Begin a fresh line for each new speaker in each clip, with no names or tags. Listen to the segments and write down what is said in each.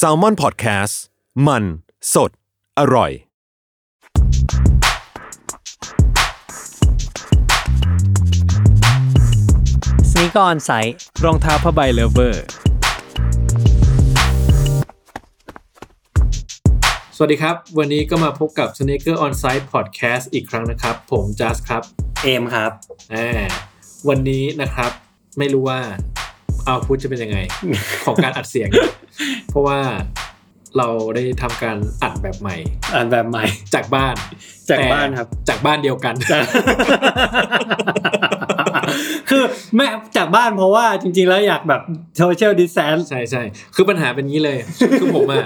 s a l m o n PODCAST มันสดอร่อย
สนิกออนไซต์
รองเท้าผ้าใบเลเวอร์
สวัสดีครับ วันนี้ก็มาพบกับ Sneaker On Site Podcast อีกครั้งนะครับ ผมจัสครับ
เอมครับ
อ่าวันนี้นะครับไม่รู้ว่าเอาพุทจะเป็นยังไง ของการอัดเสียง เพราะว่าเราได้ทำการอัดแบบใหม่
อ่านแบบใหม่
จากบ้าน
จากบ้านครับ
แต่จากบ้านเดียวกัน
คือแม่จากบ้านเพราะว่าจริงๆ แล้วอยากแบบโซเชียลดิสแ n นซ์
ใช่ใช่คือปัญหาเป็นงี้เลยคือผมอ่ะ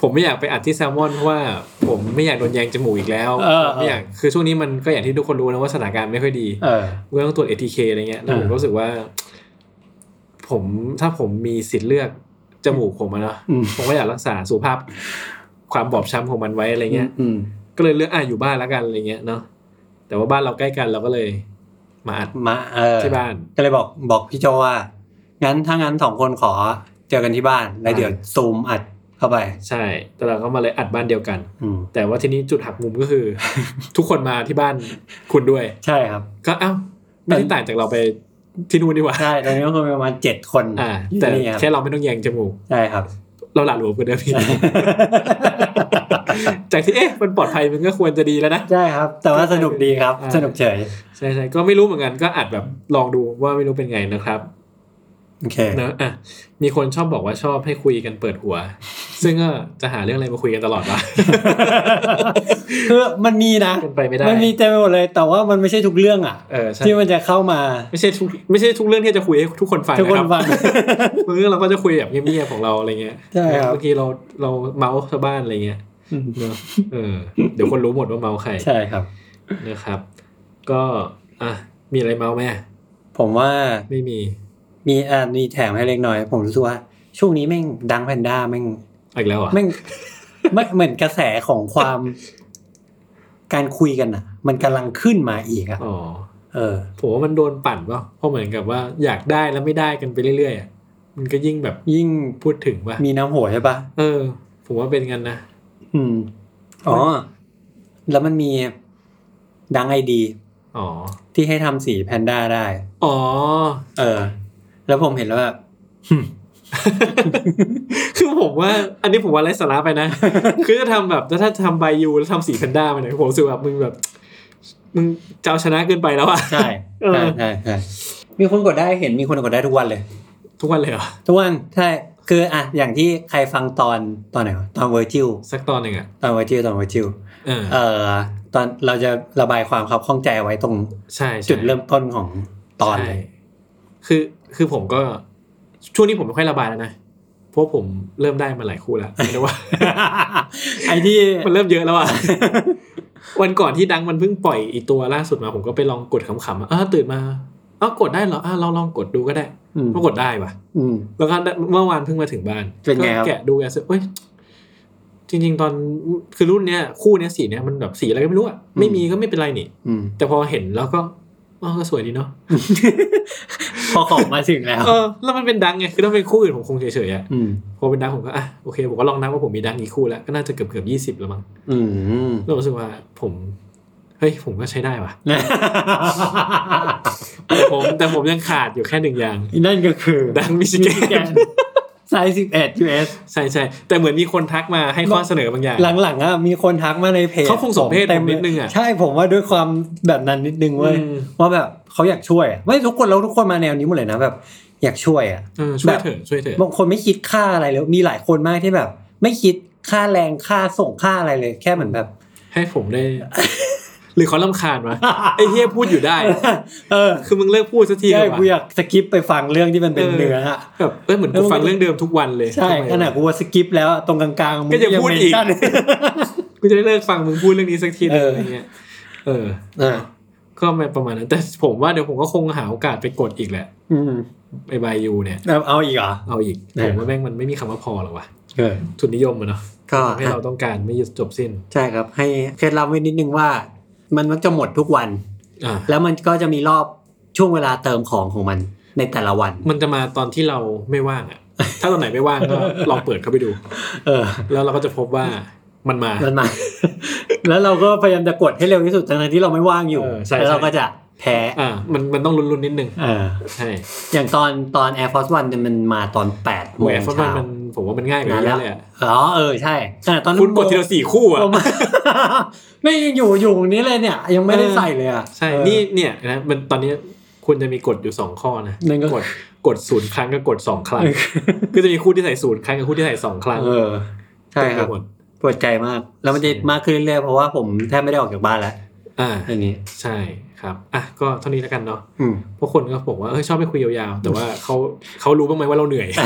ผมไม่อยากไปอัดที่แซลมอนเพราะว่าผมไม่อยากโดนแยงจมูกอีกแล้วไม่อยากคือช่วงนี้มันก็อย่างที่ทุกคนรู้นะว่าสถานการณ์ไม่ค่อยดี
เออ
เรื่องตรวจ ATK อะไรเงี้ยแล้วผม
อ่า
ก็รู้สึกว่า ผมถ้าผมมีสิทธิ์เลือกจมูกผมอะเนาะ
อืม
ผมก็อยากรักษาสุขภาพ ความบอบช้ำของมันไว้อะไรเงี้ย
อืม
ก็เลยเลือกอ่ะอยู่บ้านแล้วกันอะไรเงี้ยเนาะแต่ว่าบ้านเราใกล้กันเราก็เลยมาอัด
มาเออ
ที่บ้าน
ก็เลยบอกบอกพี่โจว่า งั้นถ้างั้นสองคนขอเจอกันที่บ้าน แล้วเดี๋ยวซูมอัดเข้าไป
ใช่ แต่เราก็มาเลยอัดบ้านเดียวกัน
อืม
แต่ว่าทีนี้จุดหักมุมก็ คือ ทุกคนมาที่บ้านคุณด้วย
ใช่ครับ
ก็เอ้าไม่ได้ต่างจากเราไปที่นู่นดีกว่า
ใช่ตอนนี้ก็คือประมาณเจ็ดคน
อ่า แต่
ที่นี่รับ
แค่เราไม่ต้องแยงจมูก
ใช่ครับ
เราหลาดหลวมกันเดิมอีก จากที่เอ๊ะมันปลอดภัยมันก็ควรจะดีแล้วนะ
ใช่ครับ แต่ว่าสนุกดีครับ
อ่า
สนุกเฉย
ใช่ใช่ก็ไม่รู้เหมือนกันก็อัดแบบลองดูว่าไม่รู้เป็นไงนะครับ
โอเค
เนอะอ่ะมีคนชอบบอกว่าชอบให้คุยกันเปิดหัว ซึ่งก็จะหาเรื่องอะไรมาคุยกันตลอดวะ
คือมันมีนะ
เป็นไปไม่ได้
มันมีเต็มไปหมดเลย แต่ว่ามันไม่ใช่ทุกเรื่องอ่ะ
เออใช่
ที่มันจะเข้ามา
ไม่ใช่ทุกไม่ใช่ทุกเรื่องที่จะคุยให้ทุกคนฟัง
ทุกคน
รับ
ฟั ง
บางเรื่องเราก็จะคุยแบบเงียบๆของเราอะไรเงี้ย
ใช่ครับ
เมื่อกี้เราเราเมาส์ชาวบ้านอะไรเงี้ยเนอะเออเดี๋ยวคนรู้หมดว่าเมาส์ใคร
ใช่ครับ
นะครับ ก็อ่ะมีอะไรเมาส์ไหม
ผมว่า
ไม่มี
มีอ่ามีแถมให้เล็กน้อย ผมรู้สึกว่า ช่วงนี้แม่งดังแพนด้าแม่ง
อีกแล้วเหรอ่ะ
แม่ง ไม่เหมือนกระแสของความ การคุยกันอ่ะ มันกำลังขึ้นมาอีกอ่ะ
อ๋อ
เออ
ผมว่ามันโดนปั่นเปล่ะเพราะเหมือนกับว่าอยากได้แล้วไม่ได้กันไปเรื่อยๆอ่ะมันก็ยิ่งแบบ
ยิ่ง
พูดถึงว่า
มีน้ำโหยใช่ปะ
เออ ผมว่าเป็นกันนะ
อืม อ๋อ แล้วมันมีดังไอดี
อ๋อ
ที่ให้ทำสีแพนด้าได้
อ๋อ
เออ แล้วผมเห็นแล้วแบบ
คือผมว่า อันนี้ผมว่าไร้สาระไปนะ คือจะทำแบบถ้าทำใบยูแล้วทำสีแพนด้ามาเนี่ยผมรู้สึกแบบมึงแบบ มึงเจ้าชนะเกินไปแล้วอ่ะ
ใช่
เออ
ใช่ใช่ใช่มีคนกดได้เห็นมีคนกดได้ทุกวันเลย
ทุกวันเลยเหรอ
ทุกวันใช่คืออ่ะอย่างที่ใครฟังตอนตอนไหนวะตอนเวอร์จิล
สักตอนหนึ่งอ่ะ
ตอนเวอร์จิลตอนเวอร์จิล
เออ
เอ่อตอนเราจะระบายความครับข้องใจไว้ตรง
ใช่ใช่
จุดเริ่มต้นของตอนเล
ใช่
ย
คือคือผมก็ ช่วงนี้ผมไม่ค่อยระบายแล้วนะเพราะผมเริ่มได้มาหลายคู่แล้วไม่รู้ว่า
ไอ้ที่
มันเริ่มเยอะแล้วอ่ะ วันก่อนที่ดังมันเพิ่งปล่อยอีตัวล่าสุดมาผมก็ไปลองกดขำๆอ่ะอ้าวตื่นมาอ้าวกดได้เหรออ้าวเราลองกดดูก็ได้
อืม
ปรากฏได้ว่ะ
อืม
แล้วก็เมื่อวานเพิ่งมาถึงบ้าน
เป็นไงครับ
ก็แกะดูแกะเสร็จเอ้ยจริง ๆ ตอนคือรุ่นเนี้ยคู่เนี้ยสีเนี้ยมันแบบสีอะไรก็ไม่รู้อ่ะไม่มีก็ไม่เป็นไรนี่
อืม
แต่พอเห็นแล้วก็อ๋อก็สวยดีเนาะ
พอของมาถึงแล้ว
เออแล้วมันเป็นดังไงคือถ้าเป็นคู่อื่นผมคงเฉยๆอ่ะ
อืม
พอเป็นดังผมก็อ่ะโอเคผมก็ลองนับว่าผมมีดังกี่คู่แล้วก็น่าจะเกือบเกือบยี่สิบแล้วมั้ง
อืม
เรารู้สึกว่าผม เฮ้ย ผมก็ใช้ได้ว่ะ แต่ผมแต่ผมยังขาดอยู่แค่หนึ่งอย่าง
นั่นก็คือ
ดังมิชิแกน
ไซส์11 US
ใช่ใช่แต่เหมือนมีคนทักมาให้ข้อเสนอบางอย่าง
หลังๆอ่ะมีคนทักมาในเพจ
เขาคงสมเพศผม
ต็ลย
นิดนึงอ่ะ
ใช่ผมว่าด้วยความแบบนั้นนิดนึงเว้ย
อืม
ว่าแบบเขาอยากช่วยอ่ะไม่ทุกคนแล้วทุกคนมาแนวนี้หมดเลยนะแบบ อยากช่วยอ่ะ
เออช่วยเถอะช่วยเถอะ
บางคนไม่คิดค่าอะไรเลยมีหลายคนมากที่แบบ ไม่คิดค่าแรงค่าส่งค่าอะไรเลย แค่เหมือนแบบ
ให้ผมได้ หรือเขาลำคาญวะไอ้เฮียพูดอยู่ได้
เออ
คือมึงเลิกพูดสักที
ใช่
เถอะ
กูอ
วะ
ยากสกิปไปฟังเรื่องที่มันเป็นเนื้ออะ
แบบเอ้ยเหมือนกูฟังเรื่องเดิมทุกวันเลย
ใช่
ทำไมวะ
ขนาดกูว่าสกิปแล้วตรงกลางๆมึ
ก็ยังพูดอี
เม
ก
นชั่น
กูจะได้เลิกฟังมึงพูดเรื่องนี้สักทีหนึง
เอออ
อะไรเงี้ย เออ
อ่ะ
ก็ไม่ประมาณนั้น แต่ผมว่าเดี๋ยวผมก็คงหาโอกาสไปกดอีกแหละ
อืม
ไอ้บายูเนี่ย
เอาเอาอีกเหรอ
เอาอีก
เออ
ผมว่าแม่งมันไม่มีคำว่าพอหรอกวะ
เออ
ทุนนิยมอะเนาะ
ก็
ให้เราต้องการไม่จบสิ้น
ใช่ครับ ให้เคล็ดลับไว้นิดนึงว่า มันมักจะหมดทุกวัน
อ่า
แล้วมันก็จะมีรอบช่วงเวลาเติมของของมันในแต่ละวัน
มันจะมาตอนที่เราไม่ว่างอะ ถ้าตอนไหนไม่ว่างก็ ลองเปิดเข้าไปดู
เออ
แล้วเราก็จะพบ ว่ามันมา
มันมา แล้วเราก็พยายามจะกดให้เร็วที่สุดทั้งๆที่เราไม่ว่างอยู่
เออใช่
แล้วเราก็จะแพ้
อ่า มันมันต้องลุ้นๆนิดนึง
เออ
ใช่
อย่างตอนตอน Air Force One เนี่ยมันมาตอน8โม
แหว
ง
นฟุตบอล
เช้า
มันผมว่ามันง่ายกว่า
นะ
เย
แล้ว
อะเลยอะ
อ๋อเออใช่ขนาดตอนนั้น
คุณกดทีละสี่คู่อะ
ผม ไม่ยังอยู่อยู่ตรงนี้เลยเนี่ย ยังไม่ได้ใส่เลยอ่ะ
ใช่
เออ
นี่เนี่ยนะมันตอนนี้คุณจะมีกฎอยู่สองข้อนะ
นั่นก็
กดกดศูนย์ครั้งกับกดสองครั้งก็จะมีคู่ที่ใส่ศูนย์ครั้งกับคู่ที่ใส่สองครั้ง
เออ ใช่ครับ
เต็มไปหมด
ปวดใจมาก แล้วมันจะ
ใช่
มากขึ้นเรื่อยๆเพราะว่าผมแทบไม่ได้ออกจากบ้านแล้ว
อ่า
อันนี้
ใช่ครับอ่ะก็เท่านี้แล้วกันเนาะ
อืม
พวกคนก็บอกว่าเออชอบไปคุยยาวๆ แต่ว่าเขาเขารู้บ้างไหมว่าเราเหนื่อย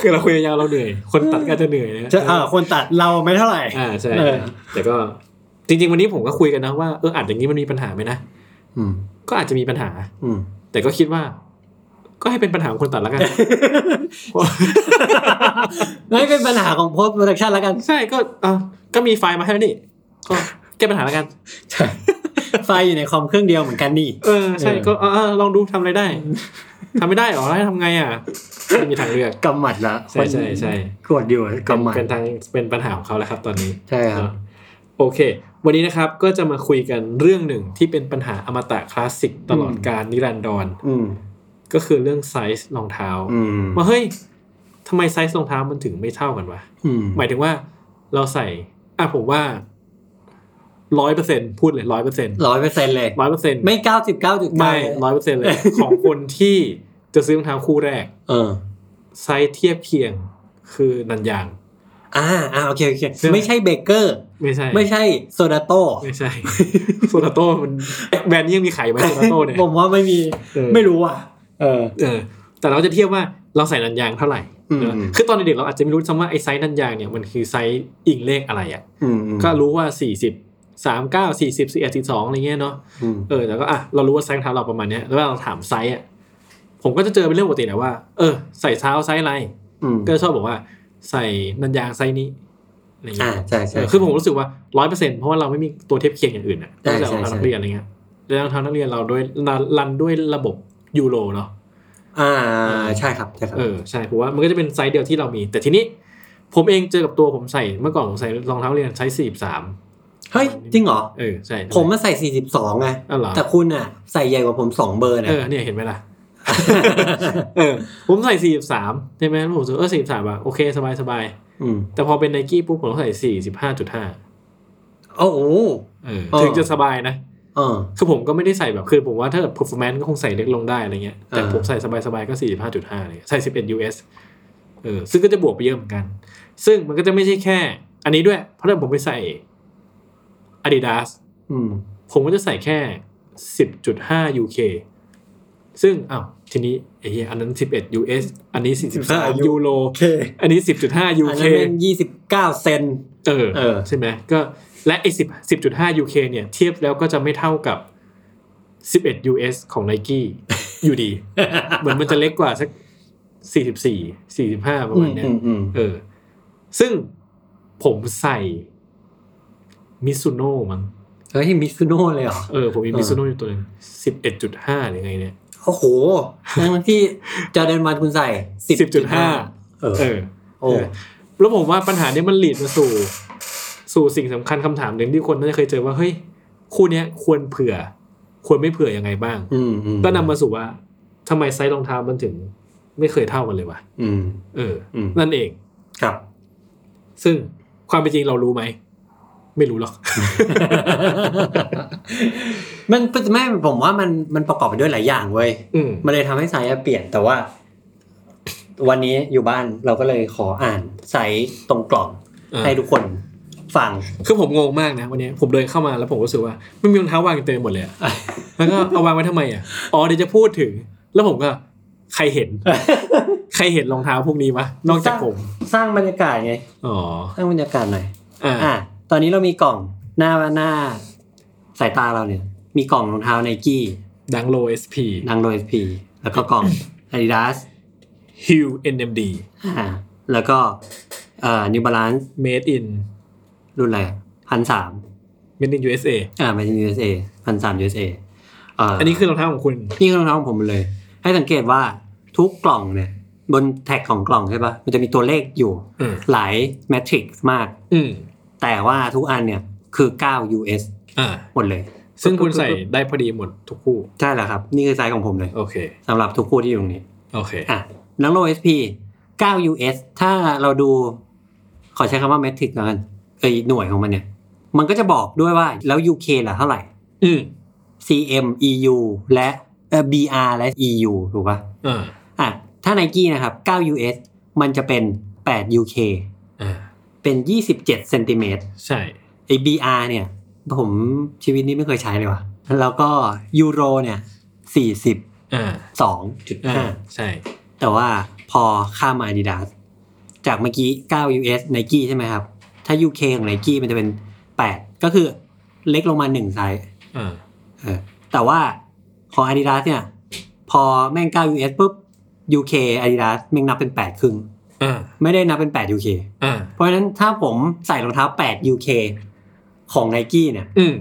คือเราคุยยาวๆเราเหนื่อย คนตัดก็จะเหนื่อยนะ
จะเออคนตัดเราไม่เท่าไหร่
อ่าใช่
เออ
แต่ก็จริง ๆ วันนี้ผมก็คุยกันนะว่าเอออัดอย่างนี้มันมีปัญหาไหมนะ
อืม
ก็อาจจะมีปัญหา
อืม
แต่ก็คิดว่า ก็ให้เป็นปัญหาของคนตัดแล้วกัน
นั่นเป็นปัญหาของโพสต์โปรดักชันแล้วกัน
ใช่ก็เออก็มีไฟล์มาให้แล้วนี่ก็แก้ปัญหาแล้วกัน
ไฟล์อยู่ในคอมเครื่องเดียวเหมือนกันนี่
เออใช่
เออ
ก็เออเออลองดูทำอะไรได้ทำไม่ได้เหรอให้ทำไงอ่ะไม่มีทางเลือก
กำหมัดละ
ใช่ใช่ใช่
กดอยู่กำหมัด
เป็นทางเป็นปัญหาของเขาแล้วครับ ตอนนี้
ใช่ครับ
เนอะโอเค วันนี้นะครับก็จะมาคุยกันเรื่องหนึ่งที่เป็นปัญหาอมตะคลาสสิกตลอดการนิรันดร
อืม
ก็คือเรื่องไซส์รองเท้า
อืม
ว่าเฮ้ยทำไมไซส์รองเท้ามันถึงไม่เท่ากันวะ
อืม
หมายถึงว่าเราใส่ อ่ะผมว่าร้อยเปอร์เซ็นพูดเลยร้อยเปอร์เซ็น
ร้อยเปอร์เซ็นต์เลย
ร้อยเปอร์เซ็น
ไม่เก้าสิบเก้าจุด
ไม่ร้อยเปอร์เซ็นเลย ของคนที่จะซื้อรองเท้าคู่แรก
เออ
ไซส์เทียบเคียงคือนันยาง
อ่าอ่าโอเคโอเค
ใช่ไหม
ไม่ใช่เบเกอร์
ไม่ใช่
ไม่ใช่โซดาโต
ไม่ใช่ โซลาโต้มันเอ๊ะแบรนด์นี้ยังมีขายไหมโซลาโต้เนี่ย
ผมว่าไม่มี
เออ
ไม่รู้อ่ะ เออ
เออ แต่เราจะเทียบว่าเราใส่นันยางเท่าไหร่
อืม
เนอะคือตอนเด็กๆเราอาจจะไม่รู้ซ้ำว่าไอ้ไซส์นันยางเนี่ยมันคือไซส์อิงเลขอะไรอ่ะ
อืม
ก็รู้ว่าสี่สิบสามเก้าสี่สิบสี่สิบสองอะไรเงี้ยเนาะ
อืม
เออแต่ก็อ่ะเรารู้ว่าไซส์รองเท้าเราประมาณเนี้ยแล้วเวลาเราถามไซส์อ่ะผมก็จะเจอเป็นเรื่องปกติแหละว่าเออใส่เท้าไซส์อะไร
อืม
ก็จะชอบบอกว่า ใส่นันยางไซส์นี้อะไร
อ่า
เงี้ย
ใช่ใช่
เออคือผมรู้สึกว่าร้อยเปอร์เซ็นต์เพราะว่าเราไม่มีตัวเทียบเคียงอย่างอื่นอ่ะ
ใช่
นอกจาก
ใช่
รอง
ใช่
เท้านักเรียนอะไรเงี้ยแล้วรองเท้านักเรียนเราด้วยรันด้วยระบบยูโรเนาะ
อ่าใช่ครับใช่ครับ
เออใช่ผมว่ามันก็จะเป็นไซส์เดียวที่เรามี แต่ทีนี้ผมเองเจอกับตัวผมใส่เมื่อก่อนผมใส่รองเท้านักเรียนไซส์สี่สาม
เฮ้ย จริงเหรอ
เออใช่
ผมมาใส่สี่สิบสองไง
อ๋อเหรอ
แต่คุณอ่ะ ใส่ใหญ่กว่าผมสองเบอร์นะ
เออเนี่ยเห็นไหมล่ะ เออ ผมใส่สี่สามใช่ไหมผมรู้สึกเออสี่สามอะโอเคสบายสบาย
ม
แต่พอเป็นไนกี้ปุ๊บผมต้องใส่สี่สิบห้าจุดห้า
โอ้โห
เออ
เออ
ถึงจะสบายนะ
เออ
คือผมก็ไม่ได้ใส่แบบคือผมว่าถ้าแบบ performance ก็คงใส่เล็กลงได้อะไรเงี้ยแต่
อ่า
ผมใส่สบายสบายๆก็สี่สิบห้าจุดห้าเลยใส่สิบเอ็ด US เออซึ่งก็จะบวกไปเยอะเหมือนกัน ซึ่งมันก็จะไม่ใช่แค่ อันนี้ด้วย เพราะถ้าผมไปใส่ Adidas
อืม
ผมก็จะใส่แค่ 10.5 UK ซึ่งอ้าวทีนี้ไอ้เหี้ยอันนั้น 11 US อันนี้ 43 ยูโร
โอเค
อันนี้ 10.5
อัน
UK
นั้นเป็นยี่สิบเก้าเซน
เออ
เออ
ใช่ไหมก็และไอ้10 10.5 UK เนี่ย เทียบแล้วก็จะไม่เท่ากับ 11 US ของ Nike อยู่ดี เหมือนมันจะเล็กกว่าสัก 44 45 ประ
อื
มาณ
ม
เนี้ย
อืมอืม
เออ ซึ่งผมใส่มิซูโน่มั้ง
เฮ้ยมิซูโน่เลยเหรอ
เออผมมี
เออ
มิซูโน่อยู่ตัวหนึงสิบเอ็ดจุดห้าหรือไงเนี่ย
โอ้โหทั้งที่จอร์แดนวันคุณใส่สิบจุดห้า
10.5
เออ
เออ
โอ้
เออแล้วผมว่าปัญหาเนี้ยมันหลีดมาสู่ สู่สิ่งสำคัญคำถามหนึ่งที่คนน่าจะเคยเจอว่า เฮ้ย คู่เนี้ยควรเผื่อ ควรไม่เผื่อยังไงบ้าง
อืมอืม
ก็นำมาสู่ว่าทำไมไซส์รองเท้ามันถึง ไม่เคยเท่ากันเลยวะ
อืม
เอออ
ม
นั่นเอง
ครับ
ซึ่งความเป็นจริงเรารู้ไหม ไม่รู้หร อก
มันไม่ผมว่ามันมันประกอบไปด้วยหลายอย่างเว้ย
อืม
มันเลยทำให้ไซส์อะเปลี่ยนแต่ว่า วันนี้อยู่บ้านเราก็เลยขออ่านไซส์ตรงกล่อง
อ่ะ
ให้ทุกคน ฟั ง
คือผมงงมากนะวันนี้ผมเดินเข้ามาแล้วผมรู้สึกว่าไม่มีรองเท้าวางอยู่เต็มไปหมดเลยอะ แล้วก็เอาวางไว้ทำไมอ่ะอ๋อเดี๋ยวจะพูดถึง แล้วผมก็ใครเห็น ใครเห็นรองเท้าพวกนี้วะนอกจากผม
สร้างบรรยากาศไง
อ๋อ
สร้างบรรยากาศหน่อย
อ่า
อ่ะตอนนี้เรามีกล่องหน้าหน้า สายตาเราเนี่ย มีกล่องรองเท้าไนกี้
ดังโลเอสพี
ดังโดยพีแล้วก็กล่อง อาดิดาส
ฮิวเอ็นเอ็มดี
อ่าแล้วก็เอ่อนิวบาลานซ์
เมดอิน
รุ่นอะไรพันสาม
เมดอินยูเอสเอ
อ่ามาจาก USA พันสาม USA เอ่อ
อันนี้คือรองเท้าของคุณ
นี่คือรองเท้าของผมหมดเลย ให้สังเกตว่าทุกกล่องเนี่ย บนแท็กของกล่องใช่ปะมันจะมีตัวเลขอยู่
อืม
หลายแมทริกซ์มาก
อืม
แต่ว่าทุกอันเนี่ยคือ 9 US
อ่า
หมดเลย
ซึ่งคุณใส่ได้พอดีหมดทุกคู่
ใช่แล้วครับ นี่คือไซส์ของผมเลย
โอเค
สำหรับทุกคู่ที่อยู่ตรงนี้
โอเค
อ่ะนังโล SP 9 US ถ้าเราดู ขอใช้คำว่าเมทริกแล้วกันไอยหน่วยของมันเนี่ย มันก็จะบอกด้วยว่าแล้ว UK ล่ะเท่าไหร่
อืม
CM EU และเอ่อ BR และ EU ถูกปะ่ะ
อ่า
อ่ะ ถ้า n นกี้นะครับ 9 US มันจะเป็น 8 UK
อ่า
เป็น 27เซนติเมตร
ใช่
ไอ้ BR เนี่ย ผมชีวิตนี้ไม่เคยใช้เลยว่ะ แล้วก็ยูโรเนี่ยสี่สิบ
อ่า
สองจุด
อ่า
ห้า
ใช่
แต่ว่าพอข้ามมา Adidas จากเมื่อกี้ 9 US Nike ใช่ไหมครับ ถ้า UK ของ Nike มันจะเป็น 8 ก็คือเล็กลงมา 1 ไซส์
อ่า
เออแต่ว่าของ Adidas เนี่ย พอแม่ง 9 US ปุ๊บ UK Adidas แม่งนับเป็น 8 ครึ่ง
อ่า
ไม่ได้นับเป็น 8 UK
อ่า
เพราะฉะนั้นถ้าผมใส่รองเท้า 8 UK ของ Nike เนี่ย
อืม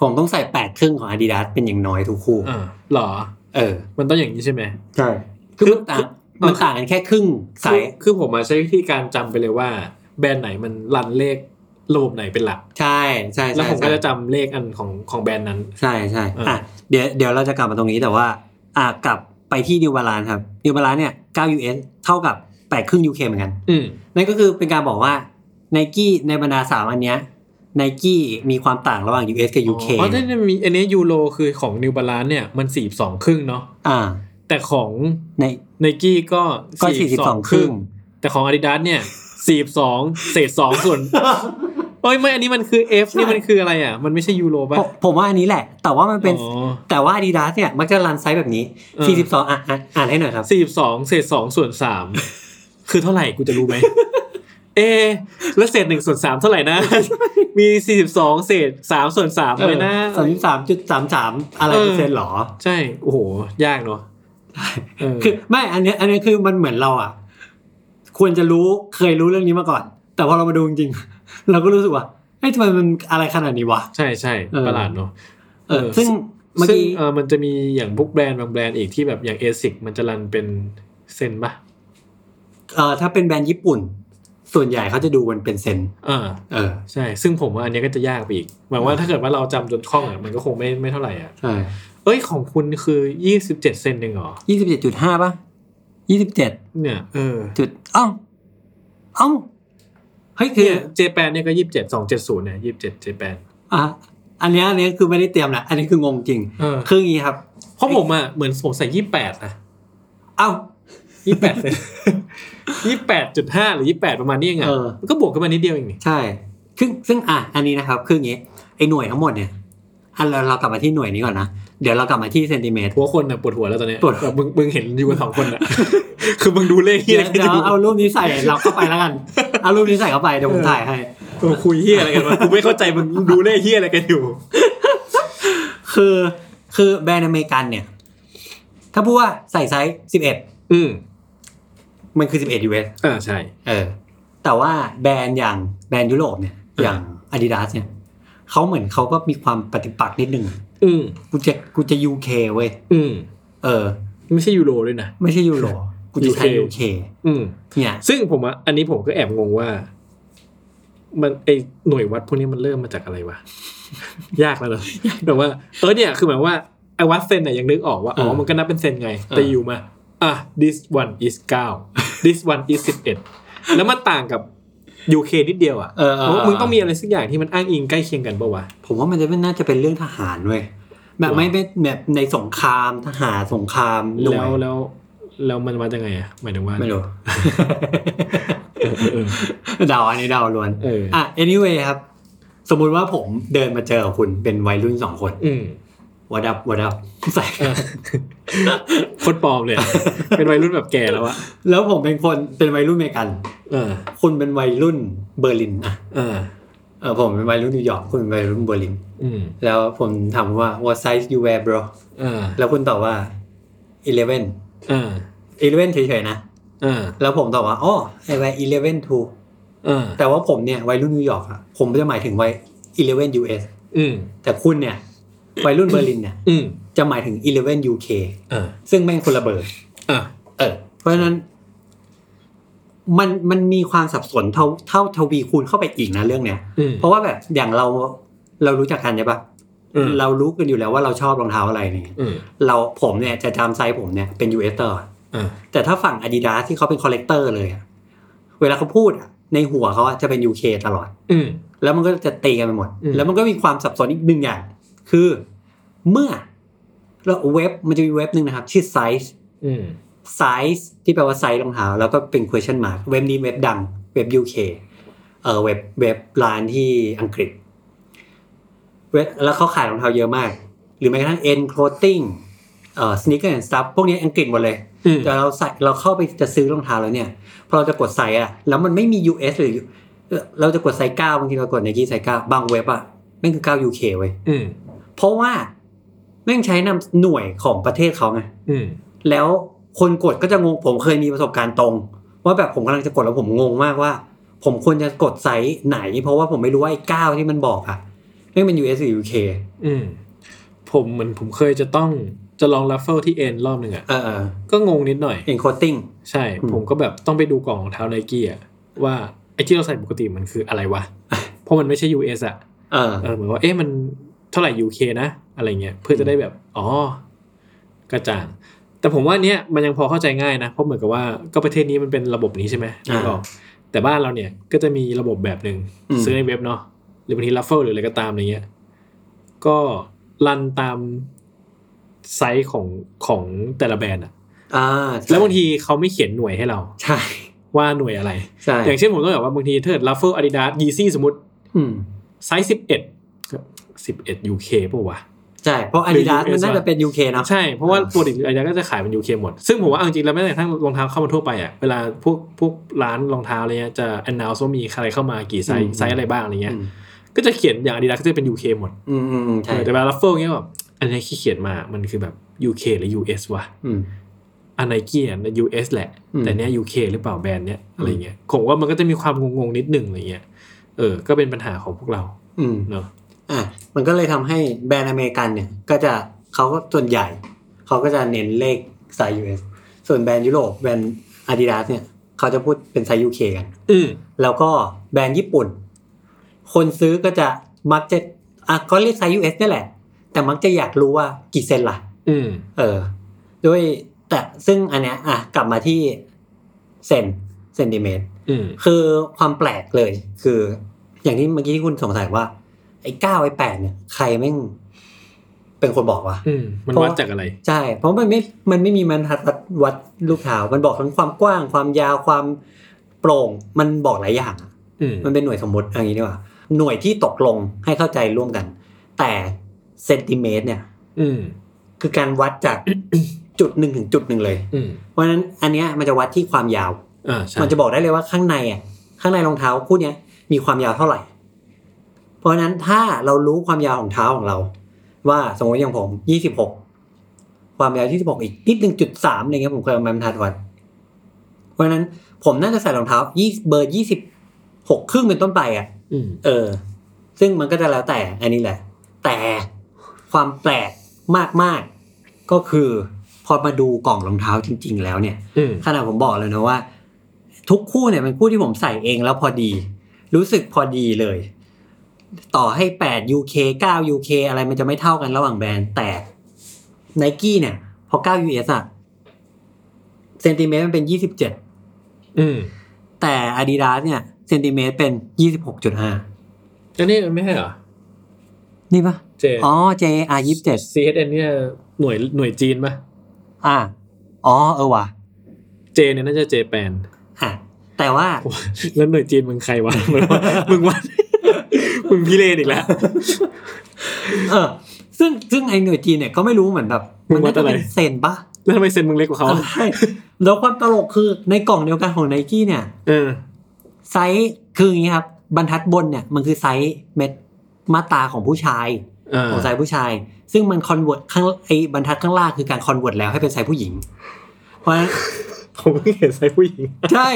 ผมต้องใส่แปดครึ่งของ Adidas เป็นอย่างน้อยทุกคู่
อ่าหรอ
เออ
มันต้องอย่างนี้ใช่ไหม
ใช่ คือมันต่าง
คือ
มันต่างกันแค่ครึ่งไซ
คือ
ส์
คือผมมาใช้วิธีการจำไปเลยว่า แบรนด์ไหนมันรันเลขระบบไหนเป็นหลัก
ใช่ใช่
แล้ว
ใช่
ผมก็
ใช่
จะจำเลขอันของของแบรนด์นั้น
ใช่ใช่
เอออ่
อ่ะเดี๋ยวเดี๋ยวเราจะกลับมาตรงนี้แต่ว่า อ่ะกลับไปที่ New Balance ครับ New Balance เนี่ย9 US เท่ากับแปดครึ่ง UK เหมือนกัน
อืม
นั่นก็คือเป็นการบอกว่า n i กี้ในบรรดาสามอันเนี้ย n i กี้มีความต่างระหว่าง US กับ UK
เพราะถ้ามีอันนี้ยูโรคือของนิวบาลานเนี่ยมันสี่สองครึ่งเนาะ
อ่า
แต่ของ
ใน
ไนกี้ก็
ก็สี่สิบสองครึ่ง
แต่ของ Adidas เนี่ยสี่สองเศษสองส่วน โอ้ยไม่อันนี้มันคือ F นี่มันคืออะไรอ่ะ มันไม่ใช่ยูโรป่ะ
ผมผมว่าอันนี้แหละ แต่ว่ามันเป็น
อ๋อ
แต่ว่า Adidas เนี่ยมักจะรันไซส์แบบนี้
เออ
42 อ่ะอ่ะอ่านให้หน่อยครับ
สี่สองเศษสองส่วน สามคือเท่าไหร่กูจะรู้ไหม เอะแล้วเศษหนึ่งส่วนสามเท่าไหร่นะ มีสี่สิบสองเศษสามส่วนสามไหมนะ
สามสิบสามจุดสามสามอะไร
เออ
เปอร์เซ็นต์หรอ
ใช่ โอ้โห ยากเนาะเออ
คือไม่ อันเนี้ยอันเนี้ยคือมันเหมือนเราอ่ะ ควรจะรู้เคยรู้เรื่องนี้มาก่อน แต่พอเรามาดูจริงๆ เราก็รู้สึกว่าเฮ้ยทำไมมันอะไรขนาดนี้วะ
ใช่ใช่
เออ
ประหลาดเนาะ
เออ
เออ
ซึ่งเมื่อ
ซึ่ง
กี้
เออมันจะมีอย่างพวกแบรนด์บางแบรนด์อีกที่แบบอย่างเอซิกมันจะรันเป็นเซนปะ
เอ่อถ้าเป็นแบรนด์ญี่ปุ่น ส่วนใหญ่เขาจะดูมันเป็นเซน
อ่า
เออ
ใช่ ซึ่งผมว่าอันเนี้ยก็จะยากไปอีกหมายว่าถ้าเกิดว่าเราจำจนคล่องอ่ะมันก็คงไม่ไม่เท่าไหร่อ่ะ
ใช่
เอ้ยของคุณคือยี่สิบเจ็ดเซนเองเหรอ
ยี่สิบเจ็ดจุดห้าป่ะยี่สิบเจ็ด
เนี่ยเออ
จุดอ้าวอ้าวเฮ้ยคือ
เนี่ยเจแปนเนี่ยก็ยี่สิบเจ็ดสองเจ็ดศูนย์เนี่ยยี่สิบเจ็ดเจแปน
อ่ะอันเนี้ยอันเนี้ยคือไม่ได้เตรียมนะอันนี้คืองงจริง
เออ
คืออย่างนี้ครับ
เพราะผมอ่ะเหมือนผมใส่ยี่แปดนะ
เอ้า
ยี่แปดเซน ยี่แปดจุดห้าหรือยี่แปดประมาณนี้เองอ่ะ
เออ
มันก็บวกขึ้นมานิดเดียวเองนี่
ใช่ ซึ่งซึ่งอ่ะ อันนี้นะครับ คืออย่างนี้ ไอ้หน่วยทั้งหมดเนี่ย อันเราเรากลับมาที่หน่วยนี้ก่อนนะ เดี๋ยวเรากลับมาที่เซนติเมตร
หัวคนอ่ะปวดหัวแล้วตอนเนี้ย
ปวด
แบบมึงมึงเห็นอยู่กันสองคนอ่ะ คือมึงดูเลขที่
เดี๋
อะ
ยว
ไรกัน
เดี๋ยว
อยู่
เอารูปนี้ใส่เราเข้าไปแล้วกัน เอารูปนี้ใส่เข้าไปเดี๋ยวผมถ่ายให้
มึงคุยเฮียอะไรกันวะกูไม่เข้าใจมึงดูเล่เฮียอะไรกันอยู่
คือคือแบรนด์อเมริกันเนี่ย ถ้าพูดว่าใส่ไซส์
อืม
11 มันคือ 11 US
อ่าใช่
เออ แต่ว่าแบรนด์อย่างแบรนด์ยุโรปเนี่ย อย่าง Adidas เนี่ยเขาเหมือนเขาก็มีความปฏิปักษ์นิดนึง
อืม
กูจะกูจะ UK เว้ย
อืม
เออ
ไม่ใช่ยูโรด้วยนะ
ไม่ใช่ยูโร กูจะใช้
UK
UK
อืม
เนี่ย
ซึ่งผมว่าอันนี้ผมก็แอบงงว่า มันไอหน่วยวัดพวกนี้มันเริ่มมาจากอะไรวะ ยากแล้วเนอะแบบว่าเออเนี่ยคือหมายว่าไอวัดเซนเนี่ยยังนึกออกว่าอ๋อ
เออ
มันก็นับเป็นเซนไง แต่
เออ
อ
อ
ยู่มา อ่ะ this one is 9 this one is 11 แล้วมันต่างกับ UK นิดเดียวอ่ะ
เออเออ
เพราะว่ามึงต้องมีอะไรสักอย่างที่มันอ้างอิงใกล้เคียงกันปะวะ
ผมว่ามันจะเป็นน่าจะเป็นเรื่องทหารเว้ยแบบไม่
หรอ
ไม่แบบในสงครามทหารสงครามหน่วย
แล้ว แล้วแล้วมันมาจากไงอ่ะหมายถึงว่า
ไม่รู้ เดาอันนี้เดาล้วน
เอออ่
อ่ะ anyway ครับ สมมุติว่าผมเดินมาเจอกับคุณเป็นวัยรุ่นสองคน
อืม
วัดับวัดับใส่
เออ โคนปลอมเลยอะ เป็นวัยรุ่นแบบแก่แล้วอะ
แล้วผมเป็นคนเป็นวัยรุ่นอเมริกัน
เออ
คุณเป็นวัยรุ่นเบอร์ลินอ่ะ
เออ
เออผมเป็นวัยรุ่นนิวยอร์กคุณเป็นวัยรุ่นเบอร์ลิน
อืม
แล้วผมถามว่า what size you wear bro
เออ
แล้วคุณตอบว่า eleven
เออ
eleven เฉยๆนะ
เออ
แล้วผมตอบว่าอ๋อ I wear eleven too
เออ
แต่ว่าผมเนี่ยวัยรุ่นนิวยอร์กอะผมจะหมายถึงวัย11 US
อืม
แต่คุณเนี่ยวัยรุ่นเบอร์ลินเนี่ย
อืม
จะหมายถึง11 UK
เออ
ซึ่งแม่งคนละเบอร์
เออ
เออ เพราะฉะนั้น มันมันมีความสับสนเท่าเท่าทวีคูณเข้าไปอีกนะเรื่องเนี้ย
อืม
เพราะว่าแบบอย่างเราเรารู้จักกันใช่ปะ
เออ
เรารู้กันอยู่แล้วว่าเราชอบรองเท้าอะไรเนี่ย
อืม
เราผมเนี่ยจะจำไซส์ผมเนี่ยเป็น US ตลอด
เออ
แต่ถ้าฝั่ง Adidas ที่เขาเป็นคอลเลกเตอร์เลยอะเวลาเขาพูดอะในหัวเขาอะจะเป็น UK ตลอด
อืม
แล้วมันก็จะตีกันไปหมด
อืม
แล้วมันก็มีความสับสนอีกหนึ่งอย่าง คือ เมื่อเราเว็บมันจะมีเว็บหนึ่งนะครับ ชื่อ size
อืม
size ที่แปลว่าไซส์รองเท้าแล้วก็เป็น question mark เว็บนี้เว็บดัง เว็บ UK เออเว็บเว็บร้านที่อังกฤษเว็บแล้วเขาขายรองเท้าเยอะมาก หรือแม้กระทั่ง n clothing เอ่อ sneaker and stuff พวกนี้อังกฤษหมดเลย
อืม
แต่เราใส่เราเข้าไปจะซื้อรองเท้าแล้วเนี่ยพอเราจะกดไซส์อะแล้วมันไม่มี US หรือเราจะกดไซส์เก้าบางทีเรากดในกี่ไซส์เก้าบางเว็บอะแม่งคือเก้า UK เว้ย
อืม
เพราะว่าแม่งใช้นามหน่วยของประเทศเขาไง
อืม
แล้วคนกดก็จะงงผมเคยมีประสบการณ์ตรง ว่าแบบผมกำลังจะกดแล้วผมงงมากว่า ผมควรจะกดไซส์ไหน เพราะว่าผมไม่รู้ว่าไอ้เก้าที่มันบอกอะไม่งเป็น US หรือ UK
อืมผมเหมือนผมเคยจะต้องจะลองรัฟเฟิลที่เอ็นรอบหนึ่งอะ
เออเออ
ก็งงนิดหน่อย
encoding
ใช่
อืม
ผมก็แบบต้องไปดูกล่องรองเท้าไนกี้อะว่าไอ้ที่เราใส่ปกติมันคืออะไรว ะ เพราะมันไม่ใช่ US อะ
เออ
เออเหมือนว่าเอ๊ะมันเท่าไหร่ UK นะ อะไรเงี้ยเพื่อจะได้แบบ อ๋อกระจ่าง แต่ผมว่าเนี้ยมันยังพอเข้าใจง่ายนะ เพราะเหมือนกับว่าก็ประเทศนี้มันเป็นระบบนี้ใช่ไหมนึกออกแต่บ้านเราเนี่ยก็จะมีระบบแบบหนึ่งซื้อในเว็บเนาะหรือบางทีรัฟเฟิลหรืออะไรก็ตามอะไรเงี้ยก็รันตามไซส์ของของแต่ละแบรนด์อะ
อ่าใช่
แล้วบางทีเขาไม่เขียนหน่วยให้เรา
ใช่
ว่าหน่วยอะไร
ใช่
อย่างเช่นผมต้องบอกว่าบางทีถ้าเกิดลัฟเฟิลอาดิดาสยีซี่สมมติ
อืม
ไซส์สิบเอ็ดสิบเอ็ดยูเคป่าวะ
ใช่ เพราะ
หรือ
Adidas
US
มันน่าจะเป็น UK เนอะ
ใช่ เพราะว่าปกติอาดิดาสก็จะขายเป็นยูเคหมด ซึ่งผมว่าเอาจริงๆแล้วแม้แต่ทั้งรองเท้าเข้ามาทั่วไปอ่ะ เวลาพวกพวกร้านรองเท้าอะไรเงี้ยจะแอนนาวว่ามีอะไรเข้ามากี่ไซ
อื
ส์
ม
ไซส์อะไรบ้างอะไรเงี้ย
อืม
ก็จะเขียนอย่างอาดิดาสก็จะเป็นยูเคหมด
อืมอืมอืม
เอ
ใช่
อแต่เวลาลัฟเฟิลเงี้ยแบบอันไหนี้ที่เขียนมา มันคือแบบยูเคหรือยูเอสวะ
อืม
อันไนกี้อ่ะในยูเอสแหละ
อืม
แต่เนี้ยยูเคหรือเปล่าแบรนด์เนี้ยอะไรเงี้ยผมว่ามันก็จะมีความงงๆนิดหนึ่งอะไรเงี้ยเออ ก็เป็นปัญหาของพวกเรา
อืม
เนาะ
อ่ะมันก็เลยทำให้แบรนด์อเมริกันเนี่ย ก็จะเขาก็ส่วนใหญ่ เขาก็จะเน้นเลขไซส์ US ส่วนแบรนด์ยุโรปแบรนด์ Adidas เนี่ย เขาจะพูดเป็นไซส์ UK กัน
อืม
แล้วก็แบรนด์ญี่ปุ่น คนซื้อก็จะมักจะอ่ะก็เรียกไซส์ US นี่แหละ แต่มักจะอยากรู้ว่ากี่เซนล่ะ
อืม
เออด้วยแต่ซึ่งอันเนี้ยอ่ะกลับมาที่เซนเซนติเมตร
อืม
คือความแปลกเลยคือ อย่างที่เมื่อกี้ที่คุณสงสัยว่า ไอ้เก้าไอ้แปดเนี่ย ใครแม่งเป็นคนบอกวะ
อืม มัน
เพราะ
วัดจากอะไร
ใช่ เพราะมันไม่มันไม่มีบรรทัดวัดวัดลูกเท้ามันบอกทั้งความกว้างความยาวความโปร่ง มันบอกหลายอย่างอะ
อืม
มันเป็นหน่วยสมมติเอย่างนี้ดีกว่า หน่วยที่ตกลงให้เข้าใจร่วมกัน แต่เซนติเมตรเนี่ย
อืม
คือการวัดจาก จุดหนึ่งถึงจุดหนึ่งเลย
อืม
เพราะฉะนั้นอันเนี้ยมันจะวัดที่ความยาว
อ่า ใช่
มันจะบอกได้เลยว่าข้างในอ่ะข้างในรองเท้าคู่เนี้ยมีความยาวเท่าไหร่ เพราะฉะนั้นถ้าเรารู้ความยาวของเท้าของเรา ว่าสมมติอย่างผมยี่สิบหกความยาวที่สิบหกอีกนิดหนึ่งจุดสามอะไรเงี้ยผมเคยเอามาบรรทัดวัดเพราะฉะนั้นผมน่าจะใส่รองเท้ายี่เบอร์ยี่สิบหกครึ่งเป็นต้นไปอ่ะ
อืม
เออ ซึ่งมันก็จะแล้วแต่อันนี้แหละ แต่ความแปลกมากๆ ก็คือ พอมาดูกล่องรองเท้าจริง ๆ แล้วเนี่ย
อืม
ขนาดผมบอกเลยนะว่า ทุกคู่เนี่ยเป็นคู่ที่ผมใส่เองแล้วพอดี รู้สึกพอดีเลย ต่อให้ 8 UK 9 UK อะไรมันจะไม่เท่ากันระหว่างแบรนด์แต่ n i กี้เนี่ย พอ 9 US อะเซนติเมตรมันเป็น 27
อืม
แต่ Adidas เนี่ยเซนติเมตรเป็น 26.5
อันนี้มันไม่ใช่เหรอ
นี่ปะ
เจ
อ๋อ JR 27
CHN เนี่ยหน่วยหน่วยจีนปะ
อ่ะอ๋อเออว่ะ
เจเนี่ยน่าจะเจแปน
อ่ะ แต่ว่า
แล้วหน่วยจีนมึงใคร วะ มึงว่ามึงว่ามึงพิเรนอีกแล้ว
เออ ซึ่งซึ่งไอหน่วยจีนเนี่ยก็ไม่รู้เหมือนแบบ
มึงวัดอะไร
าจเป็นเซนปะ
แล้วทำไมเซ็นมึงเล็กกว่าเขา
ใช่แล้วความตลกคือในกล่องเดียวกันของไนกี้เนี่ย
เออ
ไซส์คืออย่างนี้ครับ บรรทัดบนเนี่ยมันคือไซส์เม็ดมาตราของผู้ชาย
เออ
ของไซส์ผู้ชาย ซึ่งมันคอนเวิร์ตข้างไอ้บรรทัดข้างล่างคือการคอนเวิร์ตแล้วให้เป็นไซส์ผู้หญิง เพราะฉะนั้น
ผมเพิ่งเห็นไซส์ผู้หญิง
ใช่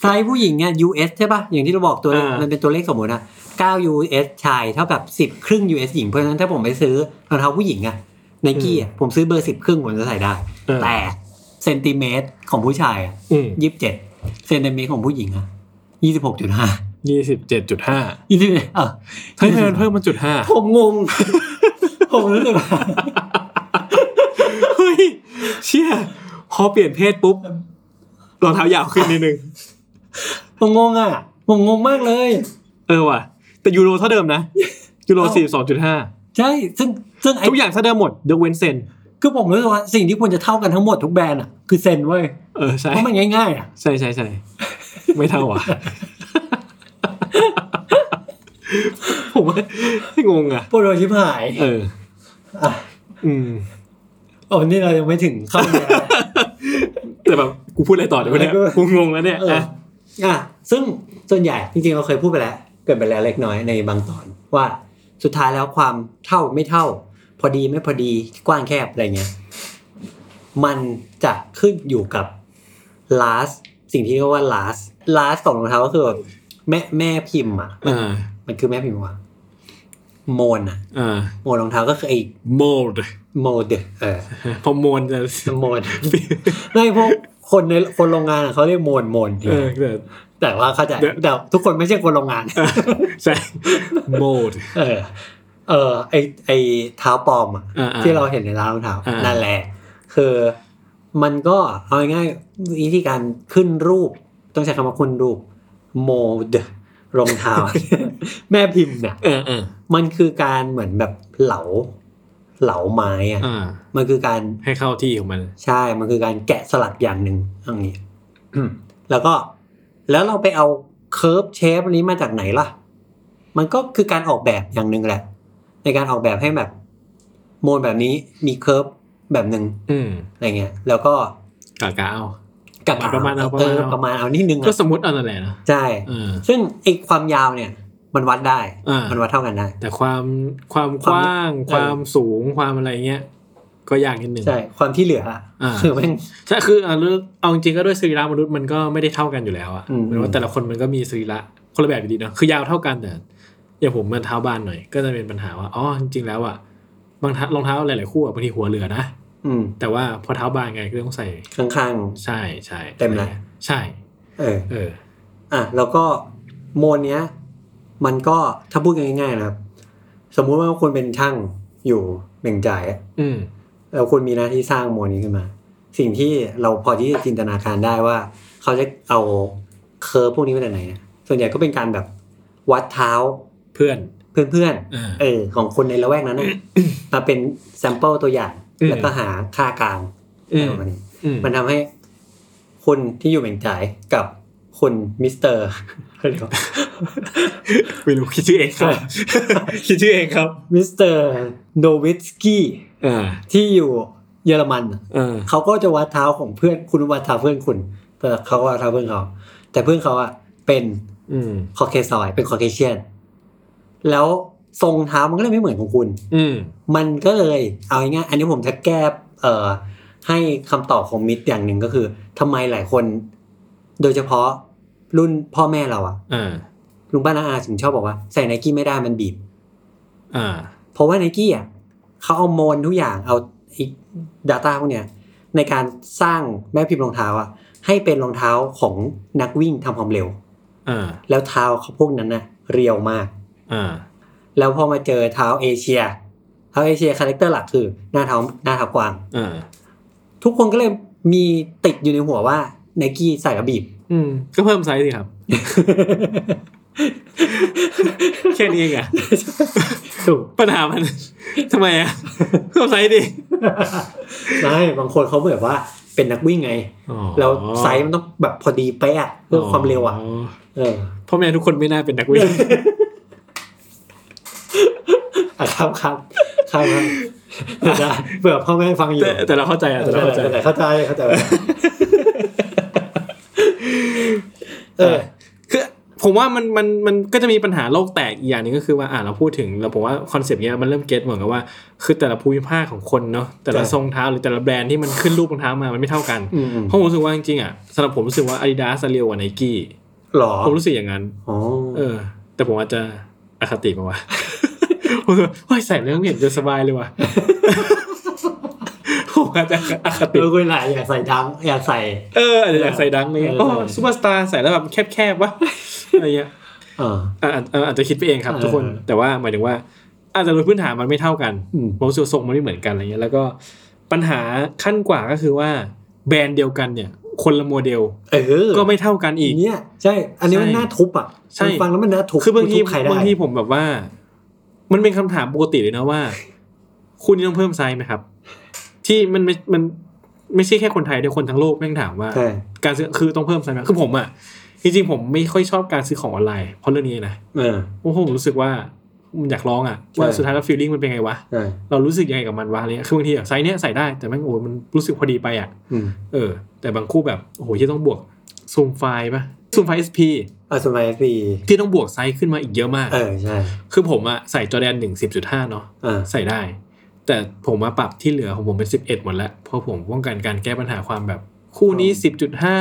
ไซส์ผู้หญิงเนี่ย US ใช่ป่ะ อย่างที่เราบอกตัวเลข
อ่ามั
มันเป็นตัวเลขสมมตินะ9 US ชายเท่ากับ 10 ครึ่ง US หญิง เพราะฉะนั้นถ้าผมไปซื้อรองเท้าผู้หญิงอะไนกี้อะผมซื้อเบอร์ 10 ครึ่งผมจะใส่ได้
เออ
แต่เซนติเมตรของผู้ชายอะ
อืม
ยี่สิบเจ็ดเซนติเมตรของผู้หญิงอะยี่สิบหกจุดห้า
ยี่สิบเจ็ดจุดห้า
ยี่สิบเออ
เฮ้ยทำไมมันเพิ่มมันจุดห้า
ผมงง ผมรู้สึกว่า
เฮ้ยเชี่ยพอเปลี่ยนเพศปุ๊บรองเท้ายาวขึ้นนิดนึง
ผมงงอะผมงงมากเลย
เออว่ะ แต่ยูโรเท่าเดิมนะ ยูโร
เอ้า
สี่สองจุดห้า
ใช่ซึ่งซึ่งไอ้
ทุกอย่างเท่าเดิมหมดยกเว้นเซน
คือผมรู้สึกว่าสิ่งที่ควรจะเท่ากันทั้งหมดทุกแบรนด์อะคือเซนเว้ย
เออใช่
เพราะมันง่ายๆอ่ะ
ใช่ใช่ใช่ไม่เท่าอ่ะ ผมว่างงอ่ะ
โปรโดชิบหาย
เออ
อ่ะ
อืม
โอ้นี่เรายังไม่ถึงเข้าเนื้อ
แต่แบบกูพูดอะไรต่อเดี๋ยวเนี่ย
เออ
กูงงแล้วเนี่ย
เออ
อ่ะ
อ่ะ ซึ่งส่วนใหญ่จริงๆ เราเคยพูดไปแล้ว เกิดไปแล้วเล็กน้อยในบางตอน ว่าสุดท้ายแล้วความเท่าไม่เท่า พอดีไม่พอดีกว้างแคบอะไรเงี้ย มันจะขึ้นอยู่กับ last สิ่งที่เรียกว่า last last ของรองเท้าก็คือแบบแม่แม่พิมพ์อ่ะ
อ่า
มันคือแม่พิมพ์ว่าโมนอ่ะ
อ่า
โมนรองเท้าก็คือไอ้
โมด
โมเดเออ
พอโมนจะ
โมน ไม่พวกคนในคนโรงงานอะเขาเรียกโมนโมน
เออแต่
แต่ว่าเข้าใจ
เดี๋ยว
แต่ทุกคนไม่ใช่คนโรงงาน
ใช่โมด
เออ เออไอไอเท้าปลอมอะ
อ่าๆ
ที่เราเห็นในร้านรองเท้า
อ่าๆ
นั่นแหละ คือมันก็เอาง่ายๆวิธีการขึ้นรูป ต้องใช้คำว่าขึ้นรูปโมเดรองเท้า แม่พิมพ์เนี่ย
เออเออ
มันคือการเหมือนแบบเหลาเหลาไม้อะ
อ่า
มันคือการ
ให้เข้าที่ของมัน
ใช่ มันคือการแกะสลักอย่างหนึ่งอย่างนี้ แล้วก็แล้วเราไปเอาเคิร์ฟเชฟอันนี้มาจากไหนล่ะ มันก็คือการออกแบบอย่างหนึ่งแหละ ในการออกแบบให้แบบโมนแบบนี้มีเคิร์ฟแบบหนึ่ง
อืม
อะไรเงี้ย แล้วก็
กากาเอา
กลับ
ประมาณเอาประ
เออ
มาณเอา
ประมาณเอานิดนึง
ก็
อะ
สมมติเอานั่นแหละนะ
ใช่
เออ
ซึ่งไอความยาวเนี่ย มันวัดได้
อ่ามั
มันวัดเท่ากันได้
แต่ความความ
ค
ก
วาม
ว้าง
เออ
ความสูงความอะไรเงี้ย ก็ยากนิดหนึ่ง
ใช่ ความที่เหลืออะ
อ่า
คือแม่ง
ใช่คือเอาเรื่องเอาจริงๆก็ด้วยสรีระมนุษย์มันก็ไม่ได้เท่ากันอยู่แล้วอะ
อืม
เหมือนว่าแต่ละคนมันก็มีสรีระคนละแบบอยู่ดีเนาะคือยาวเท่ากันแต่อย่างผมมันเท้าบานหน่อย ก็จะเป็นปัญหาว่าอ๋อจริงๆแล้วอะบางเท้ารองเท้าหลายๆคู่อะบางทีหัวเหลือนะ
อืม
แต่ว่าพอเท้าบานไงก็ต้องใส่
ข้าง
ใช่ใช่
เต็มนะ
ใช่
ๆเออ
เออ
อ่ะแล้วก็โมนเนี้ย มันก็ถ้าพูดกันง่ายๆนะครับ สมมุติว่าคุณเป็นช่างอยู่เหม่งจ่ายอะ
อืม
แล้วคุณมีหน้าที่สร้างโมนนี้ขึ้นมา สิ่งที่เราพอที่จะจินตนาการได้ว่า เขาจะเอาเคอร์ฟพวกนี้มาจากไหนอะส่วนใหญ่ก็เป็นการแบบวัดเท้า
เพื่อน
เพื่อน
เออ
ๆเออของคนในละแวกนั้นนะ มาเป็นแซมเปิลตัวอย่าง
อืม
แล้วก็หาค่ากลาง
อืม
ประมาณนี้
อืม
มันทำให้คนที่อยู่เหม่งจ่ายกับคนมิสเตอร์
ไม่รู้คิดชื่อเองครับ คิดชื่อเองครับ
มิสเตอร์โนวิสกี้
อ่า
ที่อยู่เยอรมันน่ะ
อ่า
เขาก็จะวัดเท้าของเพื่อนคุณวัดเท้าเพื่อนคุณแต่เขาก็วัดเท้าเพื่อนเขา แต่เพื่อนเขาอะเป็น
อืม
คอเคซอยเป็นคอเคเชียน แล้วทรงเท้ามันก็เลยไม่เหมือนของคุณ
อืม
มันก็เลยเอาง่ายๆอันนี้ผมจะแก้เอ่อให้คำตอบของมิตรอย่างหนึ่งก็คือทำไมหลายคน โดยเฉพาะรุ่นพ่อแม่เราอะ
อ่า
ลุงป้าน้าอาถึงชอบบอกว่าใส่ไนกี้ไม่ได้มันบีบ
อ่า
เพราะว่าไนกี้อ่ะเขาเอาโมนทุกอย่างเอาอีก Data พวกเนี้ยในการสร้างแม่พิมพ์รองเท้าอ่ะให้เป็นรองเท้าของนักวิ่งทำความเร็ว
อ่า
แล้วเท้าเขาพวกนั้นน่ะเรียวมาก
อ่า
แล้วพอมาเจอเท้าเอเชียเท้าเอเชียคาแรคเตอร์หลักคือหน้าเท้าหน้าเท้ากว้าง
อ่า
ทุกคนก็เลยมีติดอยู่ในหัวว่าไนกี้ใส่ระ บีบ
อืมก็เพิ่มไซส์สิครับ แค่นี้เองอ่ะ
ถูก
ปัญหามัน ทำไมอ่ะเพิ่มไซส์ดิ
ไม่บางคนเขาแบบว่า เป็นนักวิ่งไง
อ๋อ
แล้วไซส์มันต้องแบบพอดีเป๊ะอะเพื่อความเร็วอ่ะ เออ
พ่อแม่ทุกคนไม่น่าเป็นนักวิ่ง
อ่ะครับครับครับครับเผื่อ จะเผื่อพ่อแม่ฟังอยู่
แต่แต่เราเข้าใจอะแต่เราเข้าใจ
แต่เข้าใจ เข้าใจเออ
คือผมว่ามันมันมันก็จะมีปัญหาโลกแตกอีกอย่างหนึงก็คือว่าอ่าเราพูดถึงเราผมว่าคอนเซปต์เนี้ยมันเริ่มเก็ตเหมือนกับว่าคือแต่ละภูมิภาคของคนเนาะแต่ละ
ใช่
ทรงเท้าหรือแต่ละแบรนด์ที่มันขึ้นรูปรองเท้ามามันไม่เท่ากัน
อืม
เพราะผมรู้สึกว่าจริงๆอ่ะสำหรับผมรู้สึกว่า Adidas เร็วกว่า Nike
หรอ
ผมรู้สึกอย่างนั้น
อ๋อ
เออ แต่ผมอาจจะอคติมาวะ ผมรู้สึกว่าโอ้ยใส่เรื่องเห็นจะสบายเลยว่ะ ผมอาจจะอคติ
เออคุณหลายอยากใส่ดังอยากใส่
เอออาจจะอยากใส่ดังเลย
เออ
โอ้ซูเปอร์สตาร์ใส่แล้วแบบแคบๆวะอะไรเงี้ย
เออ
อ่ะอาจอาจอาจจะคิดไปเองครับ
เออ
ทุกคน แต่ว่าหมายถึงว่า อาจจะโดยพื้นฐานมันไม่เท่ากัน
อืม
ผมรู้สึกว่าทรงมันไม่เหมือนกันอะไรเงี้ยแล้วก็ปัญหาขั้นกว่าก็คือว่าแบรนด์เดียวกันเนี่ย คนละโมเดล
เออ
ก็ไม่เท่ากันอีก
เนี่ย ใช่ อันนี้มัน
ใช่
น่าทุบอ่ะ
ใช่
มันฟังแล้วมันน่าทุบ
คือบางที
ทุใครได้
บางทีผมแบบว่า มันเป็นคำถามปกติเลยนะว่า คุณนี่ต้องเพิ่มไซส์ไหมครับ ที่มันไม่มันไม่ใช่แค่คนไทยเดียวคนทั้งโลกแม่งถามว่า
ใช่
การซื้อคือต้องเพิ่มไซส์ไหมคือผมอ่ะจริงๆผมไม่ค่อยชอบการซื้อของออนไลน์เพราะเรื่องนี้นะ
เออ
โอ้โหผมรู้สึกว่ามันอยากร้องอ่ะว่า
ใช่
สุดท้ายแล้วฟีลลิ่งมันเป็นไงวะ
ใช่
เรารู้สึกยังไงกับมันวะอะไรเงี้ยคือบางทีแบบไซส์เนี้ยใส่ได้แต่แม่งโอ้ยมันรู้สึกพอดีไปอ่ะ
อืม
เออ แต่บางคู่แบบโอ้โหที่ต้องบวกซูมไฟล์ปะซูมไฟล์ SP
อ่ะสมัยปี
ที่ต้องบวกไซส์ขึ้นมาอีกเยอะมาก
เออใช่
คือผมอ่ะใส่จอแดนหนึ่งสิบจุดห้าเนาะ
อ่า
ใส่ได้ แต่ผมมาปรับที่เหลือของผมเป็นสิบเอ็ดหมดแล้วเพราะผมป้องกันการแก้ปัญหาความแบบ คู่นี้สิบจุดห้า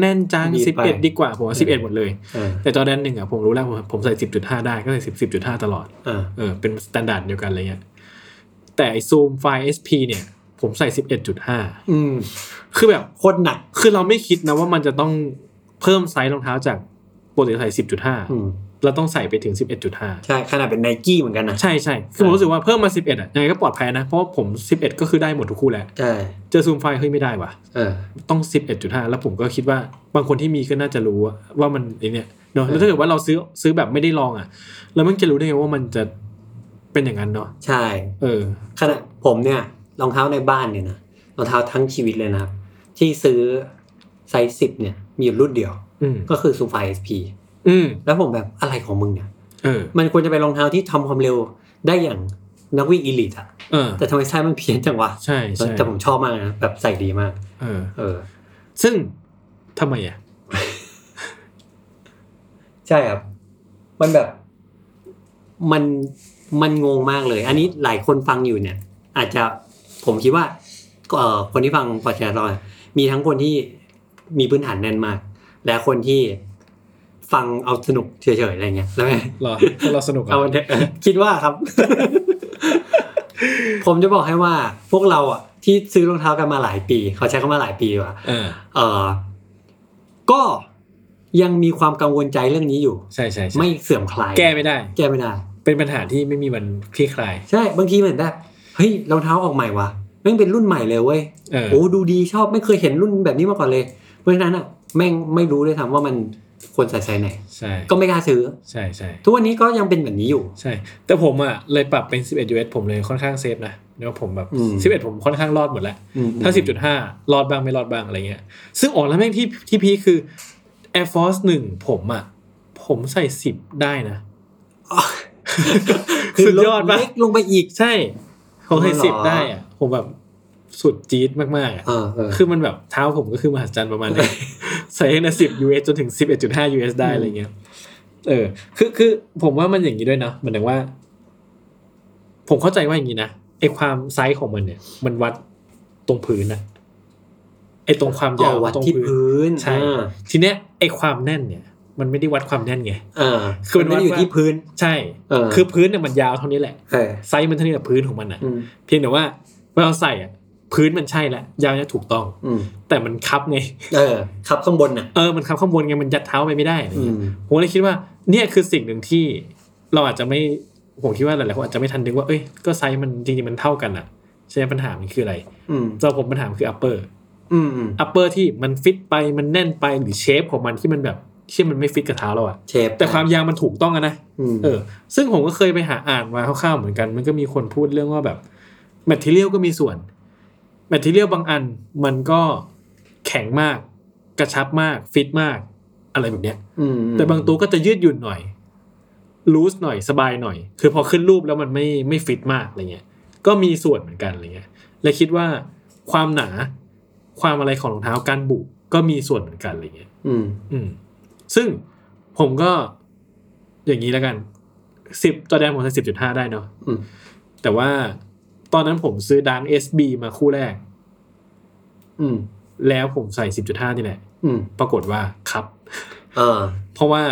แน่นจังสิบเอ็ดดีกว่าผมว่าสิบเอ็ดหมดเลย
เออ
แต่จอแดนหนึ่งอ่ะผมรู้แล้วผมผมใส่สิบจุดห้าได้ก็ใส่สิบสิบจุดห้าตลอด
อ่า
เออเป็นมาตรฐานเดียวกันอะไรเงี้ยแต่ไอซูมไฟล์ SP เนี่ย ผมใส่ 11.5
อืม
คือแบบ
โคตรหนัก
คือเราไม่คิดนะว่ามันจะต้องเพิ่มไซส์รองเท้าจากปกติใส่
อื
10.5
ม
เราต้องใส่ไปถึง 11.5
ใช่ ขนาดเป็นไนกี้เหมือนกันนะ
ใช่ใช่คือผมรู้สึกว่าเพิ่มมา 11 อ่ะยังไงก็ปลอดภัยนะ เพราะว่าผม 11 ก็คือได้หมดทุกคู่แหละ
ใช่
เจอซูมไฟล์เฮ้ยไม่ได้ว่ะ
เออ
ต้อง 11.5 แล้วผมก็คิดว่าบางคนที่มีก็น่าจะรู้ว่าว่ามันไอเนี่ยเนาะแล้วถ้าเกิดว่าเราซื้อซื้อแบบไม่ได้ลองอ่ะ แล้วมันจะรู้ได้ไงว่ามันจะเป็นอย่างนั้นเนาะ
ใช่
เออ
ขณะผมเนี่ยรองเท้าในบ้านเนี่ยนะรองเท้าทั้งชีวิตเลยนะครับ ที่ซื้อไซส์สิบเนี่ย มีอยู่รุ่นเดียว
อืม
ก็คือซูฟายเอสพี
อืม
แล้วผมแบบอะไรของมึงเนี่ย
เออ
มันควรจะเป็นรองเท้าที่ทำความเร็วได้อย่างนักวิ่งอีลิตอะ
เออ
แต่ทำไมไซส์มันเพี้ยนจังวะ
ใช่ใช่
แต่ผมชอบมากนะแบบใส่ดีมาก
เออ
เออ
ซึ่งทำไมอ่ะ
ใช่ครับ มันแบบ มัน มันงงมากเลย อันนี้หลายคนฟังอยู่เนี่ย อาจจะ ผมคิดว่าเอ่อคนที่ฟังพอดแคสต์เราอะมีทั้งคนที่มีพื้นฐานแน่นมาก และคนที่ฟังเอาสนุกเฉยๆอะไรเงี้ย แล้วไง
เหรอพวกเราสนุกอ่ะ
เอาเถอะคิดว่าครับ ผมจะบอกให้ว่า พวกเราอ่ะ ที่ซื้อรองเท้ากันมาหลายปี เขาใช้คำว่าหลายปีว่ะ
เออ
เอ่อ ก็ยังมีความกังวลใจเรื่องนี้อยู่
ใช่ใช่ใช่
ไม่เสื่อมคลาย
แก้ไม่ได้
แก้ไม่ได้
เป็นปัญหาที่ไม่มีวันคลี่คลาย
ใช่บางทีเหมือนแบบเฮ้ยรองเท้าออกใหม่วะแม่งเป็นรุ่นใหม่เลยเว้ย
เออ
โอ้ดูดีชอบไม่เคยเห็นรุ่นแบบนี้มาก่อนเลย เพราะฉะนั้นอ่ะแม่งไม่รู้เลยทำว่ามันควรใส่ไซส์ไหน
ใช่
ก็ไม่กล้าซื้อ
ใช่ใช่
ทุกวันนี้ก็ยังเป็นแบบนี้อยู่
ใช่ แต่ผมอ่ะเลยปรับเป็น 11 US ผมเลยค่อนข้างเซฟนะเดี๋ยวผมแบบ
อืม
11 ผมค่อนข้างรอดหมดแล้ว
อืม
ถ้า 10.5 รอดบ้างไม่รอดบ้างอะไรเงี้ย ซึ่งออกแล้วแม่งที่ที่พีคคือ Air Force 1 ผมอ่ะ ผมใส่ 10 ได้นะ
คื
สุดยอดปะ
เล็กลงไปอีก
ใช่ผมให้
อ๋อเหรอ
สิบได้อะผมแบบสุดจี๊ดมากๆอะ
เออเออ
คือมันแบบเท้าผมก็คือมหัศจรรย์ประมาณนี้ ใส่ให้นะสิบ US จนถึงสิบเอ็ดจุดห้า US ได้อะไรเงี้ย เออ คือคือผมว่ามันอย่างนี้ด้วยนะหมันถึงว่า ผมเข้าใจว่าอย่างนี้นะไอความไซส์ของมันเนี่ย มันวัดตรงพื้นนะไอตรงความยาว
อ๋อวัด
ตรง
ที่พื้น
ใช่
อ่า
ทีเนี้ยไอความแน่นเนี่ย มันไม่ได้วัดความแน่นไง
เออ
คือมัน
มันอยู่
วัดว่า
ที่พื้น
ใช่
เออ
คือพื้นเนี่ยมันยาวเท่านี้แหละ
เออ
ไซส์มันเท่านี้แหละพื้นของมันอ่ะ
อืม
เพียงแต่ว่าเวลาเราใส่อะพื้นมันใช่แหละยาวเนี่ยถูกต้อง
อืม
แต่มันคับไง
เออขับข้างบนน่ะ
เออมันคับข้างบนไงมันยัดเท้าไปไม่ได้อะไร
อื
เงี้ย
ม
ผมเลยคิดว่าเนี่ยคือสิ่งหนึ่งที่เราอาจจะไม่ผมคิดว่าหลายๆคนอาจจะไม่ทันนึกว่าเอ้ยก็ไซส์มันจริงๆมันเท่ากันอะใช่ไหมปัญหามันคืออะไร
อืม
สำหรับผมปัญหามันคือ upper
อืมอืม
upper ที่มันฟิตไปมันแน่นไปหรือเชฟของมันที่มันแบบที่มันไม่ฟิตกับเท้าเราอะ
เชฟ
แต่ความยาวมันถูกต้องอะนะ
อืม
เออ ซึ่งผมก็เคยไปหาอ่านมาคร่าวๆเหมือนกัน มันก็มีคนพูดเรื่องว่าแบบแมทเทียลก็มีส่วนแมทเทียลบางอัน มันก็ แข็งมาก กระชับมาก ฟิตมาก อะไรแบบเนี้ย
อืม
แต่บางตัวก็จะยืดหยุ่นหน่อย ลูสหน่อยสบายหน่อย คือพอขึ้นรูปแล้วมันไม่ไม่ฟิตมากอะไรเงี้ย ก็มีส่วนเหมือนกันอะไรเงี้ยเลยคิดว่าความหนาความอะไรของรองเท้าการบุก็มีส่วนเหมือนกันอะไรเงี้ย
อืม
อืม ซึ่งผมก็อย่างนี้แล้วกันสิบตอนแดนผมใส่สิบจุดห้าได้เนาะ
อืม
แต่ว่าตอนนั้นผมซื้อดังเอสบีมาคู่แรก
อืม
แล้วผมใส่สิบจุดห้านี่แหละ
อืม
ปรากฏว่าครับ
เออ
เพราะว่า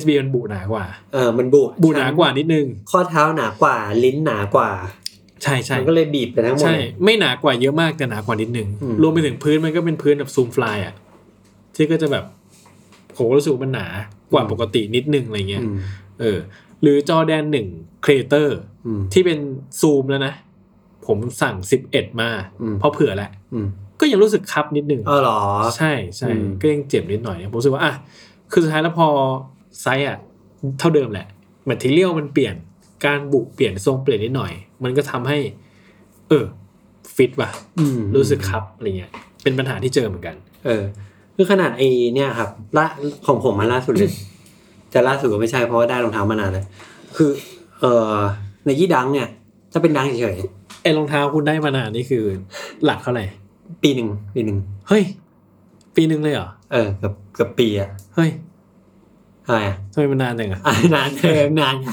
SB มันบุหนากว่า
เออมันบุ
บุหนากว่านิดนึง
ข้อเท้าหนากว่า ลิ้นหนากว่า
ใช่ใช่
มันก็เลยบีบไปทั้งหมด
ใช่ ไม่หนากว่าเยอะมากแต่หนากว่านิดนึง
อืม
รวมไปถึงพื้นมันก็เป็นพื้นแบบซูมฟลายอ่ะ ที่ก็จะแบบผมก็รู้สึกว่ามันหนากว่าปกตินิดนึงอะไรเงี้ย
อืม
เออ หรือจอแดนหนึ่งครีเอเตอร์
อืม
ที่เป็นซูมแล้วนะ ผมสั่งสิบเอ็ดมา
อืม
เพราะเผื่อแหละ
อืม
ก็ยังรู้สึกครับนิดนึง
เออเหรอ
ใช่ใช่
อืม
ก็ยังเจ็บนิดหน่อยนะผมรู้สึกว่าอ่ะคือสุดท้ายแล้วพอไซส์อ่ะเท่าเดิมแหละแมทเทียลมันเปลี่ยนการบุเปลี่ยนทรงเปลี่ยนนิดหน่อย มันก็ทำให้ เออฟิตว่ะ
อืม
รู้สึกครับอะไรเงี้ยเป็นปัญหาที่เจอเหมือนกัน
เออคือขนาดไอเนี่ยครับล่าของผมมาล่าสุดเลย จะล่าสุดก็ไม่ใช่เพราะว่าได้รองเท้ามานานแล้วคือ เออในยี่ดังเนี่ย ถ้าเป็นดังเฉย
ไอ้รองเท้าคุณได้มานานนี่คือ หลักเท่าไหร่
ๆปีหนึ่งปีหนึ่ง
เฮ้ย ปีหนึ่งเลยเหรอ
เออเกับเกับปีอะ
เฮ้ย
อะไรอะ
ทำไมมันนานจังอะ
อ่ะนานเออนานไง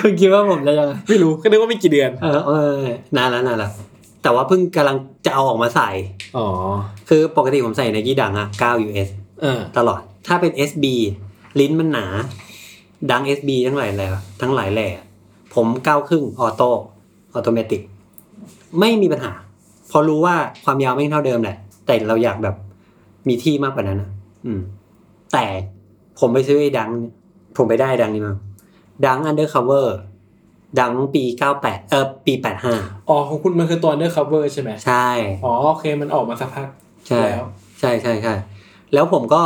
คุณคิดว่าผมจะยังไง
ไม่รู้ก็นึกว่าไม่กี่เดือน
เออเออนานแล้วนานแล้วแต่ว่าเพิ่งกำลังจะเอาออกมาใส่
อ๋อ
คือปกติผมใส่ในยี่ดังอะ9 US
เออ
ตลอด ถ้าเป็น SB ลิ้นมันหนา ดัง SB ทั้งหลายแหล่ทั้งหลายแหล่ผมเก้าครึ่งออโต้ออโตเมติกไม่มีปัญหา พอรู้ว่าความยาวไม่เท่าเดิมแหละ แต่เราอยากแบบมีที่มากกว่านั้นนะอืม แต่ผมไปซื้อไอ้ดัง ผมไปได้ดังนี้มาดังอันเดอร์คัเวอร์ดังปีเก้าแปดเออปีแปดห้า
อ๋อของคุณมันคือตัวเดอร์คัฟเวอร์ใช่ไหม
ใช่
อ๋อโอเคมันออกมาสักพัก
ใช่
แล้ว
ใช่ใช่ใช่แล้วผมก็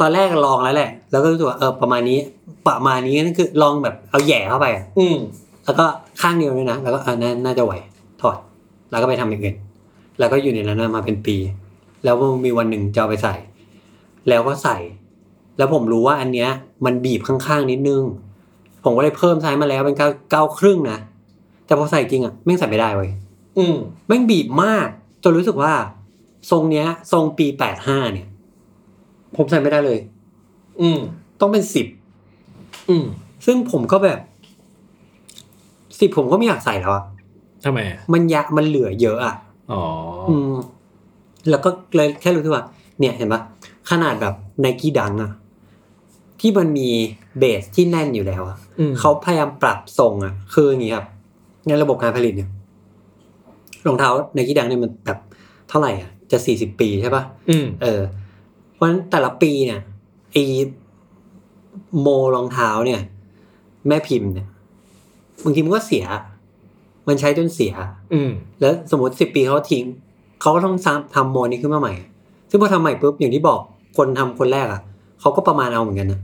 ตอนแรกลองแล้วแหละ แล้วก็รู้สึกว่าเออประมาณนี้ ประมาณนี้นั่นคือลองแบบเอาแหย่เข้าไปอะ
อืม
แล้วก็ข้างเดียวด้วยนะ แล้วก็เออนาน่าจะไหว ถอด แล้วก็ไปทำอย่างอื่น แล้วก็อยู่ในนั้นนะมาเป็นปี แล้วมีวันหนึ่งจะเอาไปใส่ แล้วก็ใส่ แล้วผมรู้ว่าอันเนี้ย มันบีบข้างๆนิดนึง ผมก็เลยเพิ่มไซส์มาแล้วเป็นเก้าเก้าครึ่งนะ แต่พอใส่จริงอ่ะแม่งใส่ไม่ได้เว้ย
อืม
แม่งบีบมากจนรู้สึกว่า ทรงเนี้ย ทรงปีแปดห้าเนี่ย ผมใส่ไม่ได้เลย
อืม
ต้องเป็นสิบ
อืม
ซึ่งผมก็แบบสิบผมก็ไม่อยากใส่แล้วอะ
ทำไมอ่ะ
มันยะมันเหลือเยอะอะ
อ๋อ
อืม แล้วก็เลยแค่รู้สึกว่า เนี่ยเห็นปะขนาดแบบไนกี้ดังอะที่มันมีเบสที่แน่นอยู่แล้วอะ
อืม
เขาพยายามปรับทรงอ่ะ คืออย่างนี้ครับในระบบการผลิตเนี่ยรองเท้าในกีดังเนี่ยมันแบบเท่าไหร่อ่ะ จะสี่สิบปีใช่ปะ
อืม
เออ เพราะฉะนั้นแต่ละปีเนี่ยไอโมรองเท้าเนี่ย แม่พิมพ์เนี่ยบางทีมันก็เสีย มันใช้จนเสีย
อืม
แล้วสมมติสิบปีเขาทิ้ง เขาก็ต้องซ้ำทำโมนี้ขึ้นมาใหม่ ซึ่งพอทำใหม่ปุ๊บอย่างที่บอกคนทำคนแรกอ่ะเขาก็ประมาณเอาเหมือนกันนะ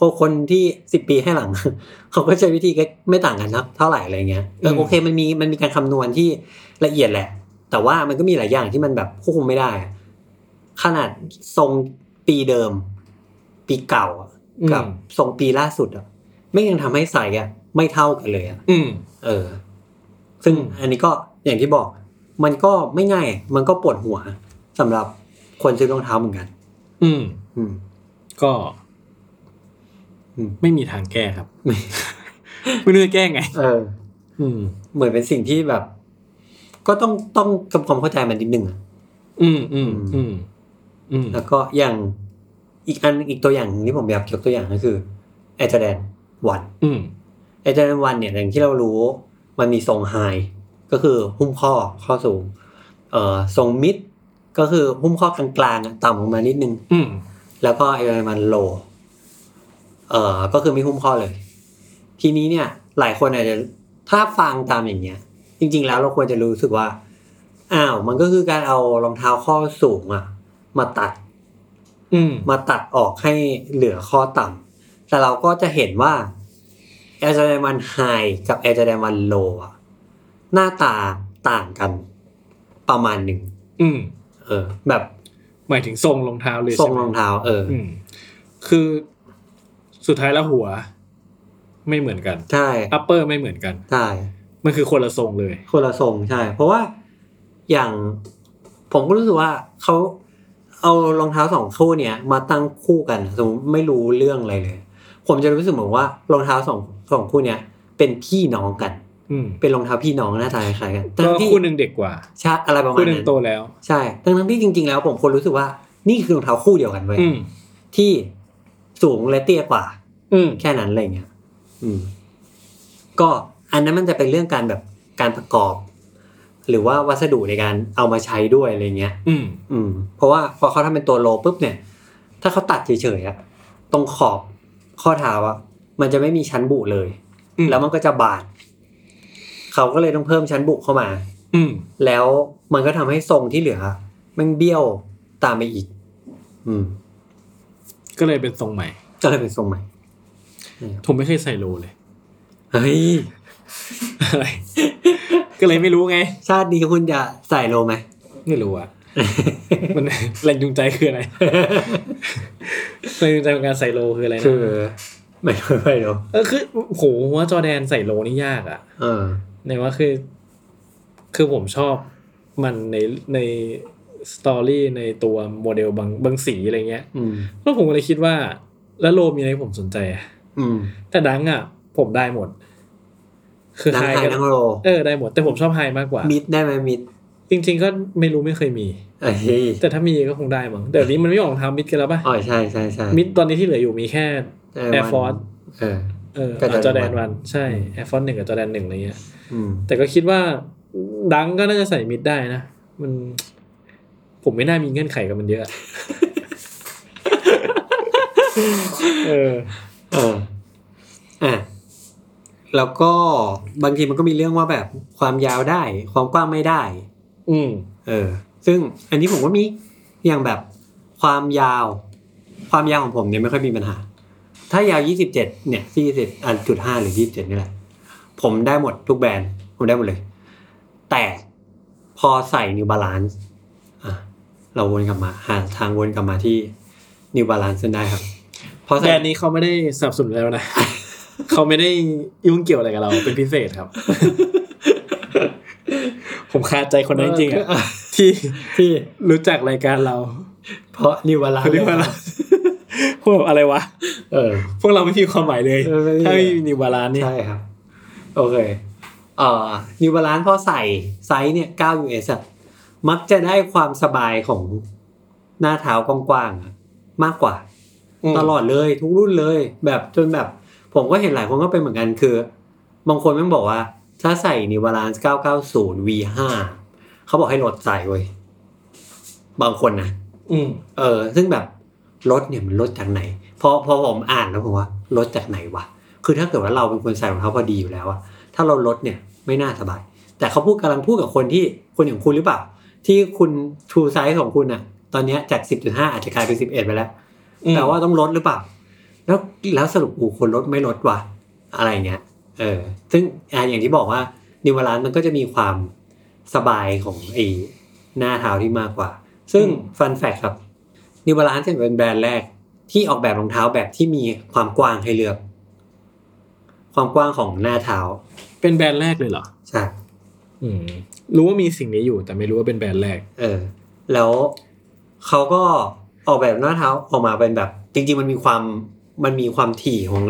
คนคนที่สิบปีให้หลัง เขาก็ใช้วิธีก็ไม่ต่างกันนักเท่าไหร่อะไรเงี้ยเออ
อืม
โอเคมันมีมันมีการคำนวณที่ละเอียดแหละ แต่ว่ามันก็มีหลายอย่างที่มันแบบควบคุมไม่ได้อะขนาดทรงปีเดิม ปีเก่าอะกับทรงปีล่าสุดอ่ะไม่งยังทำให้ใส่อ่ะไม่เท่ากันเลยอ่ะ
อืม
เออ ซึ่ง
อืม
อันนี้ก็อย่างที่บอก มันก็ไม่ง่าย มันก็ปวดหัวสำหรับคนซื้อรองเท้าเหมือนกัน
อืม
อืม
ก็
อืม
ไม่มีทางแก้ครับ ไม่รู้จะแก้ไง
เออ
อืม
เหมือนเป็นสิ่งที่แบบ ก็ต้องต้องทำความเข้าใจมันนิดนึงอะ
อืมอืมอืมอืม
แล้วก็อย่างอีกอันอีกตัวอย่างหนึ่งที่ผมอยากยกตัวอย่างก็คือแอจแดนวัน
อืม
แอจแดนวันเนี่ยอย่างที่เรารู้ มันมีทรงไฮก็คือหุ้มข้อข้อสูง เอ่อทรงมิดก็คือหุ้มข้อกลางๆอะต่ำลงมานิดนึง
อืม
แล้วก็ไอ้มันโล เอ่อ ก็คือไม่หุ้มข้อเลย ทีนี้เนี่ย หลายคนอาจจะถ้าฟังตามอย่างเงี้ย จริง ๆ แล้วเราควรจะรู้สึกว่า อ้าว มันก็คือการเอารองเท้าข้อสูงอะมาตัด
อืม
มาตัดออกให้เหลือข้อต่ำ แต่เราก็จะเห็นว่าแอร์จ r แดนวันไฮกับแอร์จ r แดนวันโลอะหน้าตาต่างกัน ประมาณหนึ่ง
อืม
เออ แบบ
หมายถึงทรงรองเท้าเล
ท
ย
ร
ใช่
ง
ไหม
รองเท้า เอออ
อืม คือสุดท้ายแล้วหัว ไม่เหมือนกัน
ใช่
อัปเปอร์ไม่เหมือนกัน
ใช่
มันคือคนละทรงเลย
คนละทรงใช่ เพราะว่าอย่างผมก็รู้สึกว่าเขาเอารองเท้าสองคู่เนี่ย มาตั้งคู่กันสมมติไม่รู้เรื่องอะไรเลย ผมจะรู้สึกเหมือนว่ารองเท้าสองสองคู่เนี่ยเป็นพี่น้องกัน
อืม
เป็นรองเท้าพี่น้องหน้าตาคล้ายๆกันทั้
ก็
งที่
คู่หนึ่งเด็กกว่า
ใช่อะไรประมาณ
คู่หนึ่ง
นั้น
โตแล้ว
ใช่ทั้งทั้งๆที่จริง ๆ แล้วผมคนรู้สึกว่านี่คือรองเท้าคู่เดียวกันเว้ย
อืม
ที่สูงและเตี้ยกว่า
อืม
แค่นั้นอะไรเงี้ย อืม ก็อันนั้นมันจะเป็นเรื่องการแบบการประกอบ หรือว่าวัสดุในการเอามาใช้ด้วยอะไรเงี้ย
อืม
อืม เพราะว่าพอเขาทำเป็นตัวโลปุ๊บเนี่ย ถ้าเขาตัดเฉยๆอะตรงขอบข้อเท้าอะมันจะไม่มีชั้นบุเลย
อืม
แล้วมันก็จะบาด เขาก็เลยต้องเพิ่มชั้นบุเข้ามา
อืม
แล้วมันก็ทำให้ทรงที่เหลือมันเบี้ยวตามไปอีก อืม
ก็เลยเป็นทรงใหม่
ก็เลยเป็นทรงใหม่
ผมไม่เคยใส่โลเลย
เฮ้ย
อะไร ก็เลยไม่รู้ไง
ชาตินี้คุณจะใส่โลไหม
ไม่รู้อะ มัน แรงจูงใจคืออะไร แรงจูงใจของการใส่โลคืออะไรนะ
คือไม่ไม่ไม่รู้
เออคือโอ้โหหัวจอแดนใส่โลนี่ยากอะ
เออ
ในว่าคือ คือผมชอบมันในในสตอรี่ในตัวโมเดลบางบางสีอะไรเงี้ย
อืม
แล้วผมก็เลยคิดว่า แล้วโลมีอะไรให้ผมสนใจอะ
อืม
แต่ดังอะผมได้หมด คือ
นัง
ไฮ
ไทย
กับ
นังโร
เออได้หมดแต่ผมชอบไฮมากกว่า
มิดได้ไหมมิด
จริง ๆ ก็ไม่รู้ไม่เคยมี
เอ้ย
แต่ถ้ามีก็คงได้มั้งแต่เดี๋ยวนี้มันไม่ออกรองเทำมิดกันแล้วป่ะ
อ๋อใช่ใช่ใช่
มิดตอนนี้ที่เหลืออยู่มีแค่
เออวั
Air
น
Force
เออ
เออ
กับ
จอแดน
Jordan
วันใช่ Air Force หนึ่งกับจอแดนหนึ่งอะไรเงี้ย
อืม
แต่ก็คิดว่าดังก็น่าจะใส่มิดได้นะ มัน ผมไม่น่ามีเงื่อนไขกับมันเย อะ เออ
เอออ่ะแล้วก็บางทีมันก็มีเรื่องว่าแบบความยาวได้ ความกว้างไม่ได้
อืม
เออ ซึ่งอันนี้ผมก็มีอย่างแบบความยาว ความยาวของผมเนี่ยไม่ค่อยมีปัญหา ถ้ายาวยี่สิบเจ็ดเนี่ยยี่สิบอันจุดห้าหรือยี่สิบเจ็ดนี่แหละ ผมได้หมดทุกแบรนด์ ผมได้หมดเลย แต่พอใส่ New Balance อ่ะเราวนกลับมาหาทางวนกลับมาที่ New Balance จนได้ครับ พอ
แบร
ใส่
นด์นี้เขาไม่ได้สนับสนุนแล้วนะ เขาไม่ได้ยุ่งเกี่ยวอะไรกับเรา เป็นพิเศษครับ ผมคาใจคนนั้นจริงๆอะที่
ที่
รู้จักรายการเรา
เพราะ New Balance
เขาเรียก ว่าอะไรพวกแบบอะไรวะ
เออ
พวกเราไม่มีความหมายเลย
เออไม่มี
ถ้าไม่มีนิวบาลานซ์เนี่ย
ใช่ครับ โอเค เอ่อ New Balance พอใส่ไซส์เนี่ย 9 US อะมักจะได้ความสบายของหน้าเท้ากว้างๆอะมากกว่า
ม
ตลอดเลยทุกรุ่นเลย แบบจนแบบ ผมก็เห็นหลายคนก็เป็นเหมือนกันคือ บางคนแม่งบอกว่า ถ้าใส่ New Balance 990 V5 เขาบอกให้ลดใส่เว้ย บางคนนะ
อืม
เออ ซึ่งแบบรถเนี่ยมันรถจากไหน พอพอผมอ่านแล้วผมว่ารถจากไหนวะ คือถ้าเกิดว่าเราเป็นคนใส่รองเท้าพอดีอยู่แล้วอะถ้าเราลดเนี่ยไม่น่าสบาย แต่เขาพูดกำลังพูดกับคนที่คนอย่างคุณหรือเปล่า ที่คุณทูไซส์ของคุณอะตอนเนี้ยจาก 10.5 อาจจะกลายเป็น 11 ไปแล้ว แต่ว่าต้องลดหรือเปล่า แล้วแล้วสรุปอูคนลดไม่ลดวะอะไรเงี้ย เออ ซึ่งอ่ะอย่างที่บอกว่านิวบาลานมันก็จะมีความสบายของไอ้หน้าเท้าที่มากกว่า ซึ่งฟันแฟกครับนิวบาลานจะเป็นแบรนด์แรก ที่ออกแบบรองเท้าแบบที่มีความกว้างให้เลือก ความกว้างของหน้าเท้า
เป็นแบรนด์แรกเลยเหรอ
ใช่
อืม รู้ว่ามีสิ่งนี้อยู่ แต่ไม่รู้ว่าเป็นแบรนด์แรก
เออ แล้วเขาก็ออกแบบหน้าเท้าออกมาเป็นแบบ จริง ๆ มันมีความมันมีความถี่ของ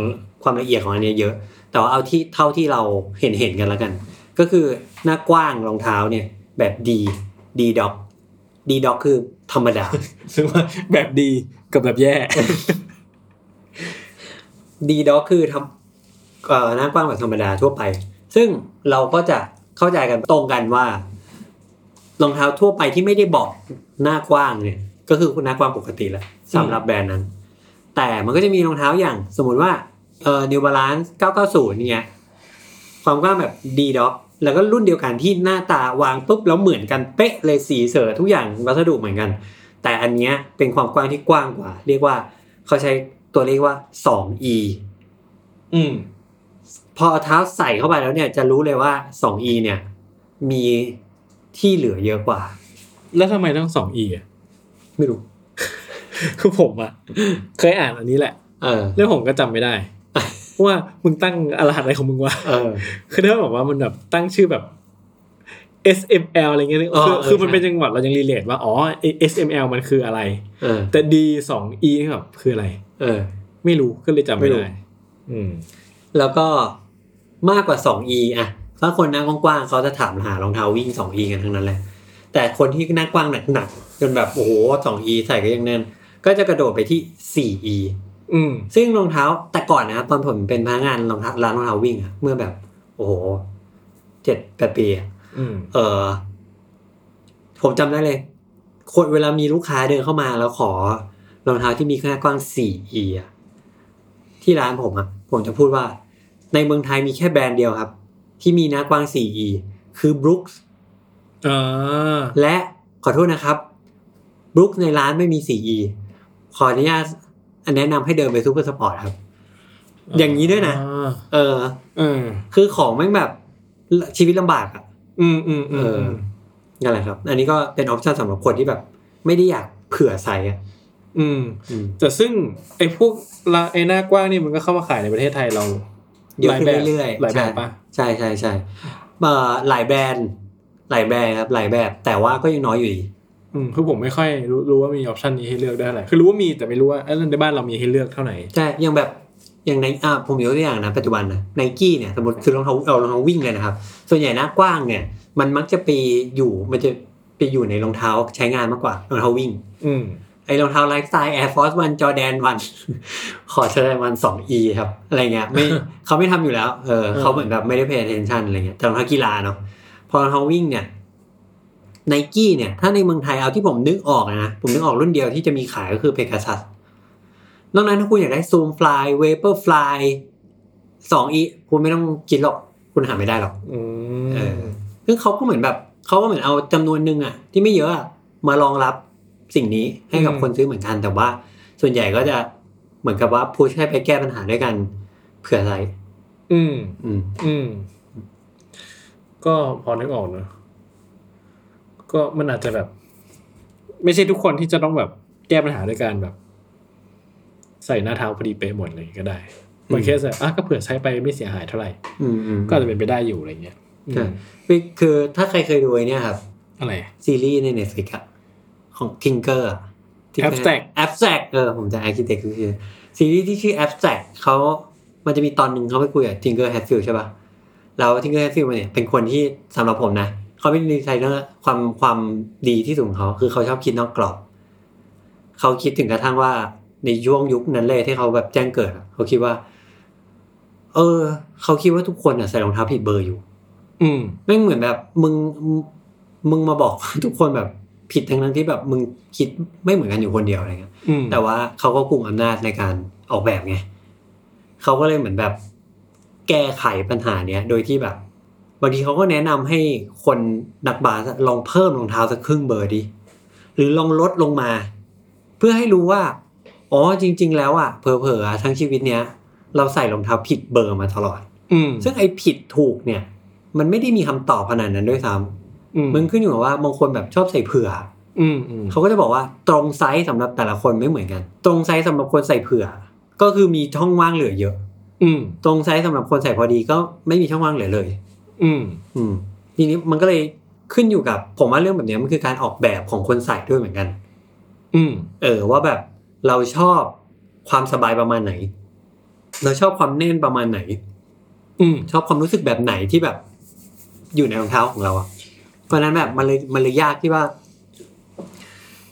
ความละเอียดของอันเนี้ยเยอะ แต่ว่าเอาที่เท่าที่เราเห็นเห็นๆกันแล้วกัน ก็คือหน้ากว้างรองเท้าเนี่ย แบบดีดีด็อกดีด็อกคือธรรมดา
ซึ่งว่าแบบดีกับแบบแย่
ดีด็อกคือทำเอ่อหน้ากว้างแบบธรรมดาทั่วไป ซึ่งเราก็จะเข้าใจกันตรงกันว่ารองเท้าทั่วไปที่ไม่ได้บอกหน้ากว้างเนี่ย ก็คือหน้ากว้างปกติแหละสำหรับแบรนด์นั้น แต่มันก็จะมีรองเท้าอย่างสมมุติว่าเอ่อ New Balance 990เนี่ยความกว้างแบบดีด็อกแล้วก็รุ่นเดียวกันที่หน้าตาวางปุ๊บแล้วเหมือนกันเป๊ะเลยสีเสือทุกอย่างวัสดุเหมือนกัน แต่อันเนี้ยเป็นความกว้างที่กว้างกว่า เรียกว่าเขาใช้ตัวเลขว่า 2e
อืม
พอเอาเท้าใส่เข้าไปแล้วเนี่ยจะรู้เลยว่า 2e เนี่ย มี ที่เหลือเยอะกว่า
แล้วทำไมต้องสอง e อ่ะ
ไม่รู้
คือผมอ่ะ เคยอ่านอันนี้แหละ
เออ
แล้วผมก็จำ ไม่ได้ ว่ามึงตั้งรหัสอะไรของมึงวะ
เออ
คือถ้าบอกว่ามันแบบตั้งชื่อแบบ SML อะไรเงี้ย
อ๋อ
คือ
เออ
คือมัน
ใช่
เป็นจังหวัดเรายังรีเลทว่าอ๋อไอ้ SML มันคืออะไร
เออ
แต่ D 2 E นี่แบบคืออะไร
เออ
ไม่รู้ก็เลยจำ
ไม่
ไม่
รู้
ได้อืม
แล้วก็มากกว่า 2e อ่ะถ้าคนหนั่งกว้างๆเขาจะถามหารองเท้าวิ่ง 2e กันทั้งนั้นแหละ แต่คนที่หนั่งกว้างหนักๆจนแบบโอ้โห 2e ใส่ก็ยังแน่น ก็จะกระโดดไปที่ 4e
อืม
ซึ่งรองเท้าแต่ก่อนนะตอนผมเป็นพนักงานรองเท้าร้านรองเท้าวิ่งอะเมื่อแบบ โอ้โหเจ็ดแปดปีอะ
อืม
เออ ผมจำได้เลย คนเวลามีลูกค้าเดินเข้ามาแล้วขอรองเท้าที่มีขนาดกว้าง 4e อะที่ร้านผมอะผมจะพูดว่า ในเมืองไทยมีแค่แบรนด์เดียวครับ ที่มีหน้ากว้าง 4e คือ Brooks
อ่า
และขอโทษนะครับบลุกในร้านไม่มี 4E ขออนุญาตแนะนำให้เดินไปซูเปอร์สปอร์ตครับ อย่างนี้ด้วยนะ เออ
เออ
คือของแม่งแบบชีวิตลำบากอะ
อืมอืม
เอ
อื
อ
ม
นั่นแหละครับ อันนี้ก็เป็นออปชั่นสำหรับคนที่แบบ ไม่ได้อยากเผื่อใส่อะ
อืม
อืม
แต่ซึ่งไอ้พวกละไอ้หน้ากว้างนี่มันก็เข้ามาขายในประเทศไทยเรา
เยอะ
หลาย
ขึ้น
แบบ
เรื่อยๆ
หลายแบบปะ
ใช่ใช่ใช่เอ่อหลายแบรนด์ หลายแบรนด์ครับ หลายแบบ แต่ว่าก็ยังน้อยอยู่ดี
อืมคือผมไม่ค่อยรู้รู้ว่ามีออปชันนี้ให้เลือกได้เท่าไหร่คือรู้ว่ามีแต่ไม่รู้ว่าเอ้ยในบ้านเรามีให้เลือกเท่าไหร่
ใช่อย่างแบบอย่างในอ่ะผมยกตัวอย่างนะปัจจุบันนะไนกี้เนี่ยสมมติคือรองเท้าเอารองเท้าวิ่งเลยนะครับ ส่วนใหญ่หน้ากว้างเนี่ย มันมักจะไปอยู่มันจะไปอยู่ในรองเท้าใช้งานมากกว่ารองเท้าวิ่ง
อืม
ไอรองเท้าไลฟ์สไตล์ Air Force วันจอแดนวัน ขอแสดงวัน 2E ครับ อะไรเงี้ย ไม่ เขาไม่ทำอยู่แล้ว เออ
เออ
เขาเหมือนแบบไม่ได้ pay attention อะไรเงี้ยแต่รองเท้ากีฬาเนาะพอรองเท้าวิ่งเนี่ยไนกี้เนี่ย ถ้าในเมืองไทยเอาที่ผมนึกออกนะ ผมนึกออกรุ่นเดียวที่จะมีขายก็คือ Pegasus นอกนั้นถ้าคุณอยากได้ Zoom Fly Vapor Fly 2E คุณไม่ต้องคิดหรอก คุณหาไม่ได้หรอก
อื
เออ
ม
ซึ่งเขาก็เหมือนแบบเขาก็เหมือนเอาจำนวนหนึ่งอะที่ไม่เยอะอะมารองรับสิ่งนี้ให้กับคนซื้อเหมือนกัน แต่ว่าส่วนใหญ่ก็จะเหมือนกับว่าพุชให้ไปแก้ปัญหาด้วยกันเผื่ออะไร
อืม
อืม
อืม ก็พอนึกออกเนอะก็มันอาจจะแบบ ไม่ใช่ทุกคนที่จะต้องแบบแก้ปัญหาด้วยการแบบ ใส่หน้าเท้าพอดีเป๊ะหมดเลยก็ได้บางเคสอะอ่ะก็เผื่อใช้ไปไม่เสียหายเท่าไหร่
อืมอืม
ก็อาจจะเป็นไปได้อยู่อะไรเงี้ยอืม
ใช่คือคือถ้าใครเคยดูไอ้เนี่ยครับ
อะไร
ซีรีส์ใน Netflix อะของ Tinker อะ Tinker
Abstract
Abstract เออ ผมจะ Architect คือชื่อซีรีส์ที่ชื่อ Abstract เขามันจะมีตอนหนึ่งเขาไปคุยกับ Tinker Hatfield ใช่ปะ่ะแล้ว Tinker Hatfield เนี่ยเป็นคนที่สำหรับผมนะ เขาเป็นดีไซเนอร์ความความดีที่สุดของเขา คือเขาชอบคิดนอกกรอบ เขาคิดถึงกระทั่งว่าในช่วงยุคนั้นเลยที่เขาแบบแจ้งเกิดอะเขาคิดว่า เออ เขาคิดว่าทุกคนอะใส่รองเท้าผิดเบอร์อยู่
อืม
แม่งเหมือนแบบมึงมึงมึงมาบอก ทุกคนแบบผิดทั้งนั้นที่แบบมึงคิดไม่เหมือนกันอยู่คนเดียวอะไรเงี้ย
อืม
แต่ว่าเขาก็กลุ่มอำนาจในการออกแบบไงเขาก็เลยเหมือนแบบ แก้ไขปัญหาเนี้ย โดยที่แบบบางทีเขาก็แนะนำให้คนนักบาสลองเพิ่มรองเท้าสักครึ่งเบอร์ดิหรือลองลดลงมา เพื่อให้รู้ว่าอ๋อจริง ๆ แล้วอะเผลอๆอะทั้งชีวิตเนี้ย เราใส่รองเท้าผิดเบอร์มาตลอด
อืม
ซึ่งไอ้ผิดถูกเนี่ย มันไม่ได้มีคำตอบขนาดนั้นด้วยซ้
อืม
ำมันขึ้นอยู่กับว่าบางคนแบบชอบใส่เผื่อ
อืมอืม
เขาก็จะบอกว่าตรงไซส์สำหรับแต่ละคนไม่เหมือนกัน ตรงไซส์สำหรับคนใส่เผื่อ ก็คือมีช่องว่างเหลือเยอะ
อืม
ตรงไซส์สำหรับคนใส่พอดีก็ไม่มีช่องว่างเหลือเลย
อืม
อืมทีนี้มันก็เลยขึ้นอยู่กับ ผมว่าเรื่องแบบเนี้ยมันคือการออกแบบของคนใส่ด้วยเหมือนกัน
อืม
เออว่าแบบเราชอบความสบายประมาณไหน เราชอบความแน่นประมาณไหน
อืม
ชอบความรู้สึกแบบไหนที่แบบ อยู่ในรองเท้าของเราอะเพราะฉะนั้นแบบมันเลยมันเลยยากที่ว่า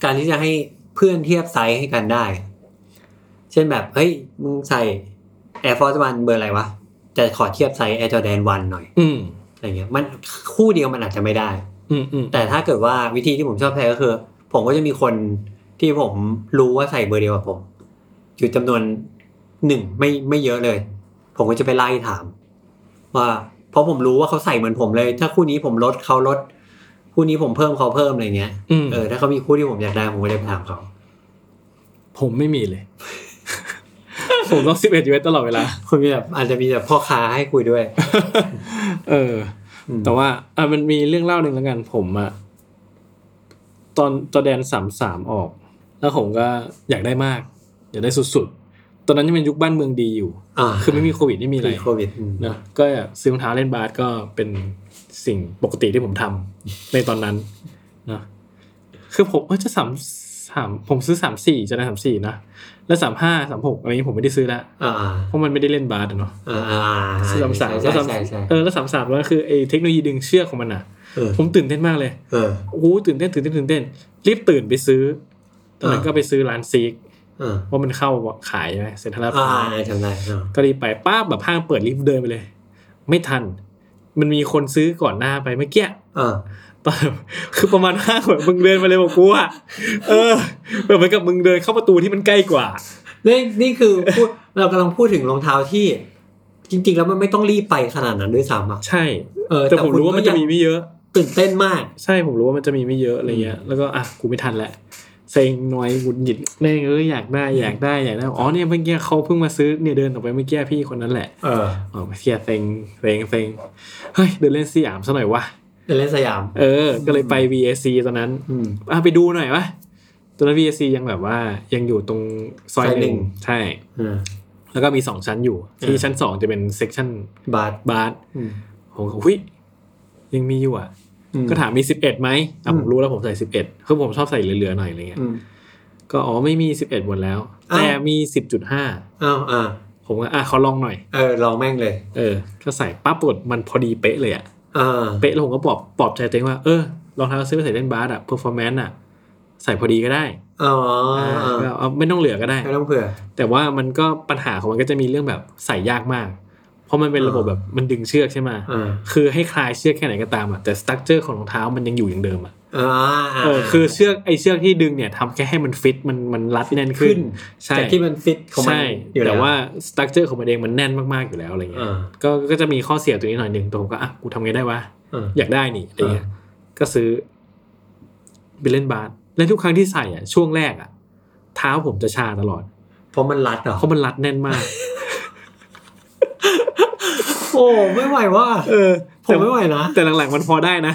การที่จะให้เพื่อนเทียบไซส์ให้กันได้ เช่นแบบเฮ้ยมึงใส่ Air Force One เบอร์อะไรวะจะขอเทียบไซส์ Air Jordan 1หน่อย
อืม
อะไรเงี้ยมันคู่เดียวมันอาจจะไม่ได้
อืมอืม
แต่ถ้าเกิดว่าวิธีที่ผมชอบใช้ก็คือ ผมก็จะมีคนที่ผมรู้ว่าใส่เบอร์เดียวกับผม อยู่จำนวนหนึ่งไม่ไม่เยอะเลย ผมก็จะไปไล่ถาม ว่าเพราะผมรู้ว่าเขาใส่เหมือนผมเลย ถ้าคู่นี้ผมลดเขาลด คู่นี้ผมเพิ่มเขาเพิ่มอะไรเงี้ย
อืม
เออถ้าเขามีคู่ที่ผมอยากได้ผมก็จะไปถามเขา
ผมไม่มีเลย ผมต้องสิบเอ็ดยูเอสตลอดเวลา
คุณมีแบบอาจจะมีแบบพ่อค้าให้คุยด้วย
เออ
อืม
แต่ว่าอ่ะมันมีเรื่องเล่าหนึ่งแล้วกันผมอะตอนจอแดนสามสามออก แล้วผมก็อยากได้มาก อยากได้สุดๆ ตอนนั้นยังเป็นยุคบ้านเมืองดีอยู่
อ่า
คือไม่มีโควิดไม่มีอะไร
โควิดอืม
นะก็ซื้อรองเท้าเล่นบาสก็เป็นสิ่งปกติที่ผมทำในตอนนั้นนะคือผมเออจะสามสามผมซื้อสามสี่จะได้สามสี่นะแล้วสามห้าสามหกอะไรนี้ผมไม่ได้ซื้อละ
อ่า
เพราะมันไม่ได้เล่นบาสอะเนาะ
อ่าอ่า
สามสาม
ใช่
แล้วสาม
ใช่ใช่
เออแล้วสามสามแล้วคือไอ้เทคโนโลยีดึงเชือกของมันอ่ะ
เออ
ผมตื่นเต้นมากเลย
เออ
โอ้โหตื่นเต้นตื่นเต้นตื่นเต้นรีบตื่นไปซื้อ ตอนนั้น
อ่า
ก็ไปซื้อร้านซีก
เออ
ว่ามันเข้าขายใช่ไหมเซ็นทรัลลาดพ
อ่า
ร้าว
จำได้อ่า
ก็รีบไปป้าบแบบห้างเปิดรีบเดินไปเลย ไม่ทัน มันมีคนซื้อก่อนหน้าไปเมื่อกี้
เออ
ตอนคือประมาณห้าคนมึงเดินมาเลยบอกกูอ่ะเออแบบเหมือนกับมึงเดินเข้าประตูที่มันใกล้กว่า
นี่นี่คือพูดเรากำลังพูดถึงรองเท้าที่ จริง ๆ แล้วมันไม่ต้องรีบไปขนาดนั้นด้วยซ้ำอ่ะ
ใช่
เออ
แต่ผม
คุณ
รู้ว่ามันจะมี
ก็ยัง
ไม่เยอะ
ตื่นเต้นมาก
ใช่ผมรู้ว่ามันจะมีไม่เยอะอะไรเงี้ยแล้วก็อ่ะกูไม่ทันแหละเซ็งหน่อยหงุดหงิดแม่งเอ้ยอยากได้อยากได้อยากได้อ๋อเนี่ยเมื่อกี้เขาเพิ่งมาซื้อเนี่ยเดินออกไปเมื่อกี้พี่คนนั้นแหละ
เออ
อ๋อเสียเซ็งเซ็งเซ็งเฮ้ยเดินเล่นสยามซะหน่อยวะ
เดินเล่นสยาม
เออ ก็เลยไป VAC ตอนนั้น
อืม
อ่ะไปดูหน่อยวะตอนนั้น VSC ยังแบบว่ายังอยู่ตรงซอย
ซอย
ห
หนึ่
นึ่ง
ง
ใช่
เออ
แล้วก็มีสองชั้นอยู่ ที่
อ่า
ชั้นสองจะเป็นเซ c ชั o น
บาท
บาร์
อืม
ผมก็หุ้ยยังมีอยู่อ่ะ
อื
ก็ถามมีสิบเอ็ดไหมอ่ะ
อืม
ผมรู้แล้วผมใส่สิบเอ็ดคือผมชอบใส่เหลือๆหน่อยอะไรเงี้ย
อืม
ก็อ๋อไม่มีสิบเอ็ดหมดแล้ว
อ้าว
แต่มีสิบจุดห้า
อ้าวอ่า
ผมก็อ่ะเขาลองหน่อย
เออลองแม่งเลย
เออ ก็ใส่ปั๊บปรากฏมันพอดีเป๊ะเลยอ่ะ
อ่า
เป๊ะแล้วผมก็ปลอบปลอบใจตัวเองว่าเออรองเท้าซื้อไปใส่เล่นบาสอ่ะเพอร์ฟอร์แมนซ์อ่ะ ใส่พอดีก็ได้
อ๋อ
อ่า
อ่า
ก็เอาไม่ต้องเหลือก็ได้
ไม่ต้องเผื่อ
แต่ว่ามันก็ปัญหาของมันก็จะมีเรื่องแบบใส่ยากมาก เพราะมันเป็นระบบแบบมันดึงเชือกใช่ไหม
เออ
คือให้คลายเชือกแค่ไหนก็ตามอ่ะแต่สตั๊กเจอร์ของรองเท้ามันยังอยู่อย่างเดิมอ่ะ
อ่าา
เออคือเชือกไอเชือกที่ดึงเนี่ยทำแค่ให้มันฟิตมันมันรัดแน่นขึ้
ขึ้
น
น
ใช่
จากที่มันฟิตของมัน
ใช่
อยู่ล้
แต่ว่าสตั๊กเจอร์ของมันเองมันแน่นมากๆอยู่แล้วอะไรเงี้ย
อ่า
ก็ก็จะมีข้อเสียตัวนี้หน่อยหนึ่งแตัวผมก็อ่ะกูทำไงได้วะ
อ่า
อยากได้นี่อะไรเงี้ยก็ซื้อไปเล่นบาสและทุกครั้งที่ใส่อ่ะช่วงแรกอ่ะ เท้าผมจะชาตลอด
เพราะมันรัดเหรอ
เพราะมันรัดแน่นมาก
โอ้ไม่ไหวว่ะ
เออ
ผ
แต่
มไม่ไหวนะ
แต่หลังๆมันพอได้นะ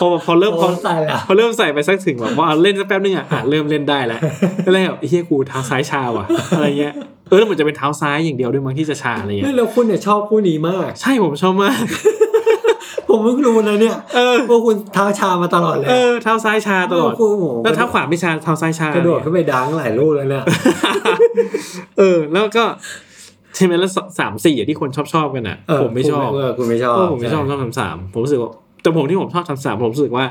พอพอเริ่มพอ
โอ้ตายละ
พอเริ่มใส่ไปสักถึงแบบว่าเล่นสักแป๊บนึงอะอ่ะเริ่มเล่นได้แล้วแล้วแบบเฮียกูเท้าซ้ายชาว่ะอะไรเงี้ยเออแล้วมันจะเป็นเท้าซ้ายอย่างเดียวด้วยมั้งที่จะชาอะไรเงี้
เฮ้ย
ย
แล้วคุณเนี่ยชอบคู่นี้มาก
ใช่ผมชอบมาก
ผมเพิ่งรู้นะเนี่ย
เออ
ว่าคุณเท้าชามาตลอดเลย
เออเท้าซ้ายชาตลอด
โอ้โห
แล้วเท้าขวาไม่ชาเท้าซ้ายชาก ก
ระโดดขึ้นไปดังหลายลูกแล้วเนี่ย
เออ แล้วก็ใช่ไหมแล้วสามสี่อะที่คนชอบชอบๆกันอ่ะ
เออ
ผมไม่ชอบ
เออคุณไม่ชอบ
เออผมไม่ชอบชอบทำสามผมรู้สึกว่าแต่ผมที่ผมชอบทำสามผมรู้สึกว่า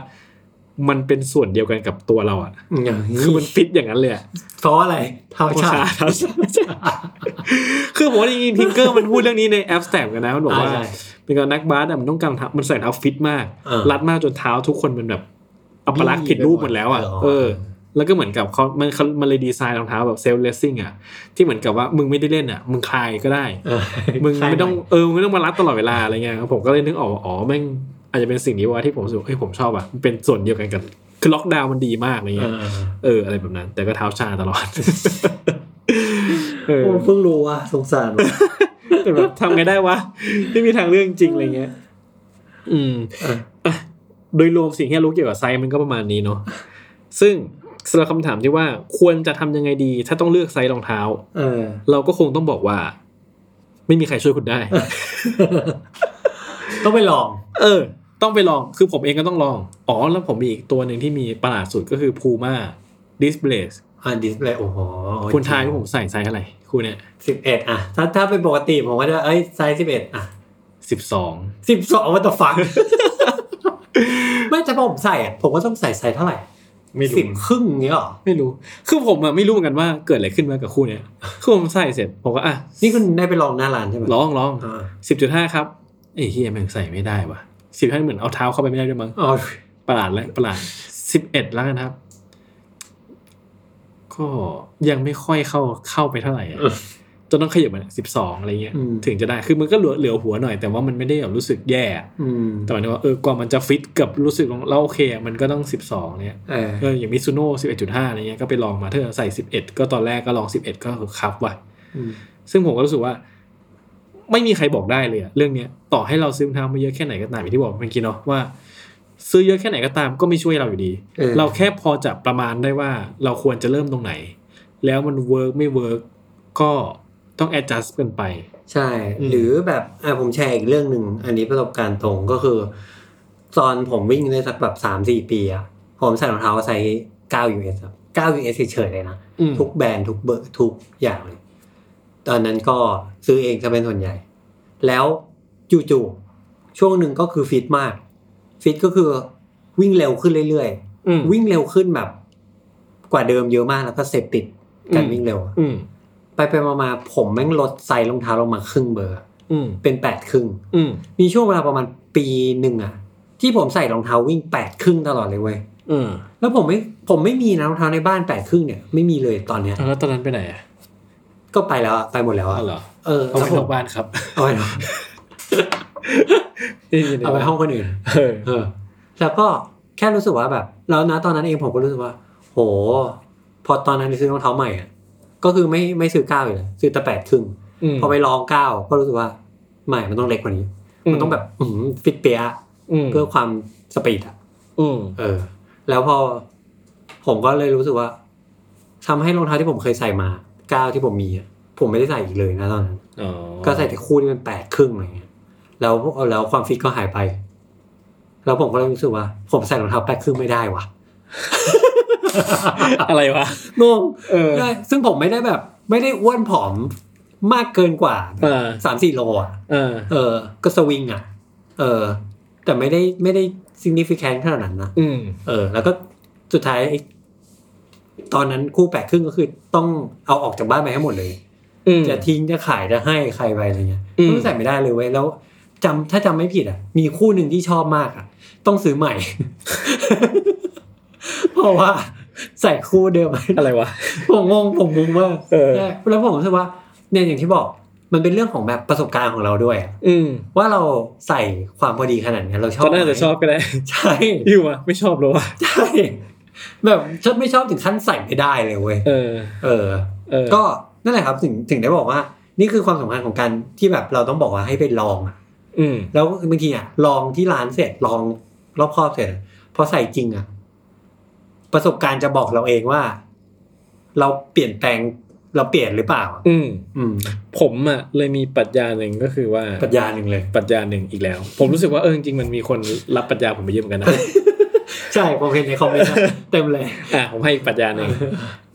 มันเป็นส่วนเดียวกันกับตัวเราอ่ะ
อืม
คือมันฟิตอย่างนั้นเลยอะ
เพราะอะไรเท้าชา
เท้าชา คือผมว่าจริงๆทิงเกอร์มันพูดเรื่องนี้ในแอปสแตมกันนะมันบอกว่า
อ่าใช่
เป็นการนักบาสอะมันต้องการเท้ามันใส่เท้าฟิตมาก
เออ
รัดมากจนเท้าทุกคนมันแบบอัปลักษณ์ผิดรูปหมดแล้วอ่ะ
เออ
เออ แล้วก็เหมือนกับเขามันเขามันเลยดีไซน์รองเท้าแบบเซลเลสซิ่งอ่ะที่เหมือนกับว่ามึงไม่ได้เล่นอ่ะมึงคลายก็ได้
เออ
มึงไม่ต้องเออมึงไม่ต้องมารัดตลอดเวลาอะไรเงี้ยครับผมก็เลยนึกออกว่าอ๋อแม่งอาจจะเป็นสิ่งนี้ว่าที่ผมรู้สึกว่าเฮ้ยผมชอบอ่ะมันเป็นส่วนเดียวกันกับคือล็อกดาวน์มันดีมากอะไร
เอ
เงี้ย
อ
เอออะไรแบบนั้น แต่ก็เท้าชาตลอด เออ
โอ้เพิ่งรู้ว่ะสงสารว่ะ
แต่แบบทำไงได้วะไม่มีทางเรื่องจริงอะไรเงี้ย อืม
เออ
โดยรวมสิ่งที่รู้เกี่ยวกับไซส์มันก็ประมาณนี้เนาะซึ่งสำหรับคำถามที่ว่าควรจะทำยังไงดี ถ้าต้องเลือกไซส์รองเท้า
เออ
เราก็คงต้องบอกว่า ไม่มีใครช่วยคุณได้
ต้องไปลอง
เออ ต้องไปลอง คือผมเองก็ต้องลอง อ๋อ แล้วผมมีอีกตัวหนึ่งที่มีประหลาดสุดก็คือ Puma Display
อ่าดิสเพลย์โอ้โห
คุณทายว่าผมใส่ไซส์อะไรคู่เนี่ย
สิบเอ็ดอ่ะ ถ้าถ้าเป็นปกติผมก็จะเอ้ยไซส์สิบเอ็ดอ่ะ
สิบสอง
สิบสองวันต่อฟัง ไม่แต่พอผมใส่อ่ะผมก็ต้องใส่ไซส์เท่าไหร่สิบครึ่งอย่างเงี้ยหรอ
ไม่รู้ คือผมอะไม่รู้เหมือนกันว่าเกิดอะไรขึ้นมากับคู่เนี้ยคือผมใส่เสร็จ ผมก็อ่ะ
นี่คุณได้ไปลองหน้าร้านใช่ไหม
ลองลอง
อา
สิบจุดห้าครับ เอ้ยเฮียแม่งใส่ไม่ได้ว่ะสิบห้าเหมือนเอาเท้าเข้าไปไม่ได้ด้วยมั้ง
อ๋อ
ประหลาดแล้วประหลาดสิบเอ็ดแล้วกันครับ ก็ยังไม่ค่อยเข้าเข้าไปเท่าไหร่อะจนต้องขยับมาสิบสองอะไรเงี้ย ถึงจะได้คือมันก็เหลือเหลือหัวหน่อยแต่ว่ามันไม่ได้แบบรู้สึกแย่อะ
อืม
แต่หมายถึงว่าเออกว่ามันจะฟิตกับรู้สึกของเราโอเคอะมันก็ต้องสิบสองเนี่ย
เออ
เอออย่างมิซูโน่สิบเอ็ดจุดห้าอะไรเงี้ยก็ไปลองมาเธอใส่สิบเอ็ดก็ตอนแรกก็ลองสิบเอ็ดก็ครับว่ะ
อืม
ซึ่งผมก็รู้สึกว่า ไม่มีใครบอกได้เลยอะเรื่องเนี้ยต่อให้เราซื้อรองเท้ามาเยอะแค่ไหนก็ตามอย่างที่บอกเมื่อกี้เนาะว่า ซื้อเยอะแค่ไหนก็ตามก็ไม่ช่วยเราอยู่ดี
เออ
เราแค่พอจะประมาณได้ว่าเราควรจะเริ่มตรงไหน แล้วมันเวิร์กไม่เวิร์กก็ต้อง adjust กันไป
ใช่
อืม
หรือแบบอ่ะผมแชร์อีกเรื่องหนึ่ง อันนี้ประสบการณ์ตรงก็คือ ตอนผมวิ่งได้สักแบบสามสี่ปีอะผมใส่รองเท้าไซส์9 US ครับ9 US เฉยๆเลยนะ
อืม
ทุกแบรนด์ทุกเบอร์ทุกอย่างเลย ตอนนั้นก็ซื้อเองจะเป็นส่วนใหญ่ แล้วจู่ๆช่วงหนึ่งก็คือฟิตมาก ฟิตก็คือวิ่งเร็วขึ้นเรื่อย
อืม
ๆ วิ่งเร็วขึ้นแบบกว่าเดิมเยอะมากแล้วก็เสพติดการวิ่งเร็ว
อืม
ไปไปมามาๆผมแม่งลดไซส์รองเท้าลงมาครึ่งเบอร์
อืม
เป็นแปดครึ่ง
อืม
มีช่วงเวลาประมาณปีหนึ่งอะที่ผมใส่รองเท้าวิ่งแปดครึ่งตลอดเลยเว้ย
อืม
แล้วผมไม่ผมไม่มีนะรองเท้าในบ้านแปดครึ่งเนี่ยไม่มีเลยตอนเนี้ย
แล้วตอนนั้นไปไหนอะ
ก็ไปแล้วอะไปหมดแล้ว
อ๋
อะ
อเหรอ
เออ
เอา
แล้
ไป
วผ
นอ
ม
กบ้านครับ
เอาไปเหรอเอาไปห้องคนอื่น
เออ
เออ แล้วก็แค่รู้สึกว่าแบบแล้วนะตอนนั้นเองผมก็รู้สึกว่า โห พอตอนนั้นซื้อรองเท้าใหม่อะก็คือไม่ไม่ซื้อเก้าอยู่แล้วซื้อแต่แปดครึ่ง
อืม
พอไปลองเก้าก็รู้สึกว่าไม่มันต้องเล็กกว่านี้ มันต้องแบบอื้อหือฟิตเปียะ
ม
เพื่อความสปีดอะ
อืม
เออ แล้วพอผมก็เลยรู้สึกว่าทำให้รองเท้าที่ผมเคยใส่มาก้าวที่ผมมีอะผมไม่ได้ใส่อีกเลยนะตอนนั้น
อ๋อ
ก็ใส่แต่คู่ที่เป็นแปดครึ่งอะไรเงี้ยแล้วแล้วความฟิตก็หายไป แล้วผมก็เลยรู้สึกว่า ผมใส่รองเท้าแปดครึ่งไม่ได้ว่ะ
อะไรวะ
งง
เออ
ได้ซึ่งผมไม่ได้แบบ ไม่ได้อ้วนผอมมากเกินกว่า
เออ
สามสี่โลอ่ะ
เออ
เออ ก็สวิงอ่ะ เออ แต่ไม่ได้ไม่ได้ significant ขนาดนั้นนะ
อืม
เออแล้วก็สุดท้ายไอ้ตอนนั้นคู่แปดครึ่งก็คือต้องเอาออกจากบ้านไปให้หมดเลย
อืม
จะทิ้งจะขายจะให้ใครไปอะไรเงี้ย
อืม
ก็ใส่ไม่ได้เลยเว้ยแล้วจำถ้าจำไม่ผิดอ่ะ มีคู่หนึ่งที่ชอบมากอ่ะ ต้องซื้อใหม่ เพราะว่าใส่คู่เดิม ไม่ได้
อะไรวะ
ผมงงผมงงมาก
เออ
ใช่แล้วผมรู้สึกว่าเนี่ยอย่างที่บอก มันเป็นเรื่องของแบบประสบการณ์ของเราด้วยอะ
อืม
ว่าเราใส่ความพอดีขนาดเนี้ยเราชอบ
ก็น่าจะชอบก็ได้
ใช่
อยู่วะไม่ชอบหรอวะ
ใช่แบบชอบไม่ชอบถึงขั้นใส่ไม่ได้เลยเว้ย
เออ
เออ
เออ
ก็นั่นแหละครับถึงถึงได้บอกว่า นี่คือความสำคัญของการที่แบบเราต้องบอกว่าให้ไปลองอะ
อืม
แล้วบางทีอ่ะลองที่ร้านเสร็จลองรอบครอบเสร็จพอใส่จริงอ่ะ ประสบการณ์จะบอกเราเองว่า เราเปลี่ยนแปลงเราเปลี่ยนหรือเปล่าอะ
อืม
อืม
ผมอ่ะเลยมีปรัชญาหนึ่งก็คือว่า
ปรัชญาหนึ่งเลย
ปรัชญาหนึ่งอีกแล้ว ผมรู้สึกว่าเออจริงๆมันมีคนรับปรัชญาผมไปเยอะเหมื อนกันนะ
ใช่ผมเห็นในคอมเมนต์นะ เต็มเลย
อ่ะผมให้อีกปรัชญาหนึ่ง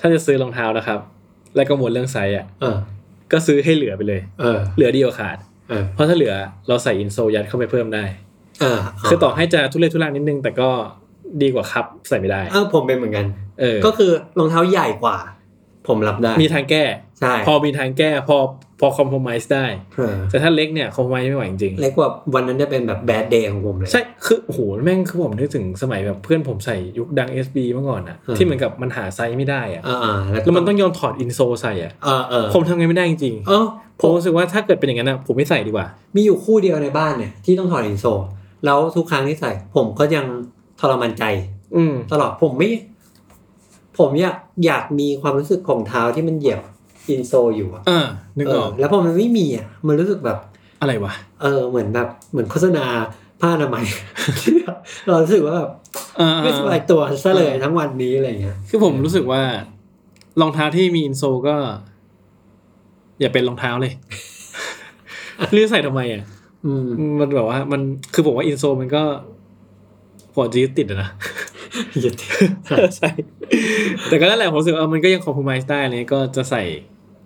ถ้าจะซื้อรองเท้านะครับ แล้วก็หมวดเรื่องไซส์อ่ะ
เออ
ก็ซื้อให้เหลือไปเลย
เออ
เหลือเดียวาขาด
เออ
เพราะถ้าเหลือเราใส่อินโซลยัดเข้าไปเพิ่มได้
เออ
คือต่อให้จะทุเรศทุรังนิดนึง แต่ก็ดีกว่าครับใส่ไม่ได้
เออผมเป็นเหมือนกัน
เออ
ก็คือรองเท้าใหญ่กว่า ผมรับได้
มีทางแก้
ใช่
พอมีทางแก้พอพอคอม p r o ไ i ส์ได้
เออ
แต่ถ้าเล็กเนี่ยคอม p r o ไ i ส์ไม่ไหวจริงๆ
เล็กกว่าวันนั้นจะเป็นแบบแบดเดย์ของผมเลย
ใช่คือโอ้โหแม่งคือผมนึกถึงสมัยแบบเพื่อนผมใส่ยุคดัง SB เมื่อก่อนอะ
อืม
ที่เหมือนกับมันหาไซส์ไม่ได้อะ
อ่าๆแล้ว
แล้วมันต้องยอมถอดอินโซใส่อะ
เออเออ
ผมทำไงไม่ได้จริง
เออผ
ๆผม
ม
รู้สึกว่าถ้าเกิดเป็นอย่างนั้นอะผมไม่ใส่ดีกว่า
มีอยู่คู่เดียวในบ้านเนี่ยที่ต้องถอดอินโซลแล้วทุกครั้งที่ใส่ ผมก็ยังทรมานใจ
อืม
ตลอดผมไม่ ผมอยากอยากมีความรู้สึกของเท้าที่มันเหยียบอินโซลอยู่อะ
อ่านึก
เอ
อ
อ
อก
แล้วพอมันไม่มีอ่ะมันรู้สึกแบบ
อะไรวะ
เออเหมือนแบบเหมือนโฆษณาผ้าอนามัย เรารู้สึกว่าแบบ
อ่า
ไม่สบายตัวซะเลยทั้งวันนี้อะไรอย่างเงี้ย
คือผมรู้สึกว่ารองเท้าที่มีอินโซก็ อย่าเป็นรองเท้าเลย หรือใส่ทำไมอ่ะ
อืม
มันแบบว่ามันคือผมว่าอินโซมันก็พอจีติดอะนะ
อย่าเท
ใช่แต่ก็นั่นแหละผมรู้สึกว่าเออมันก็ยังคอม p r o ไ i ส์ได้อะไรเลยก็จะใส่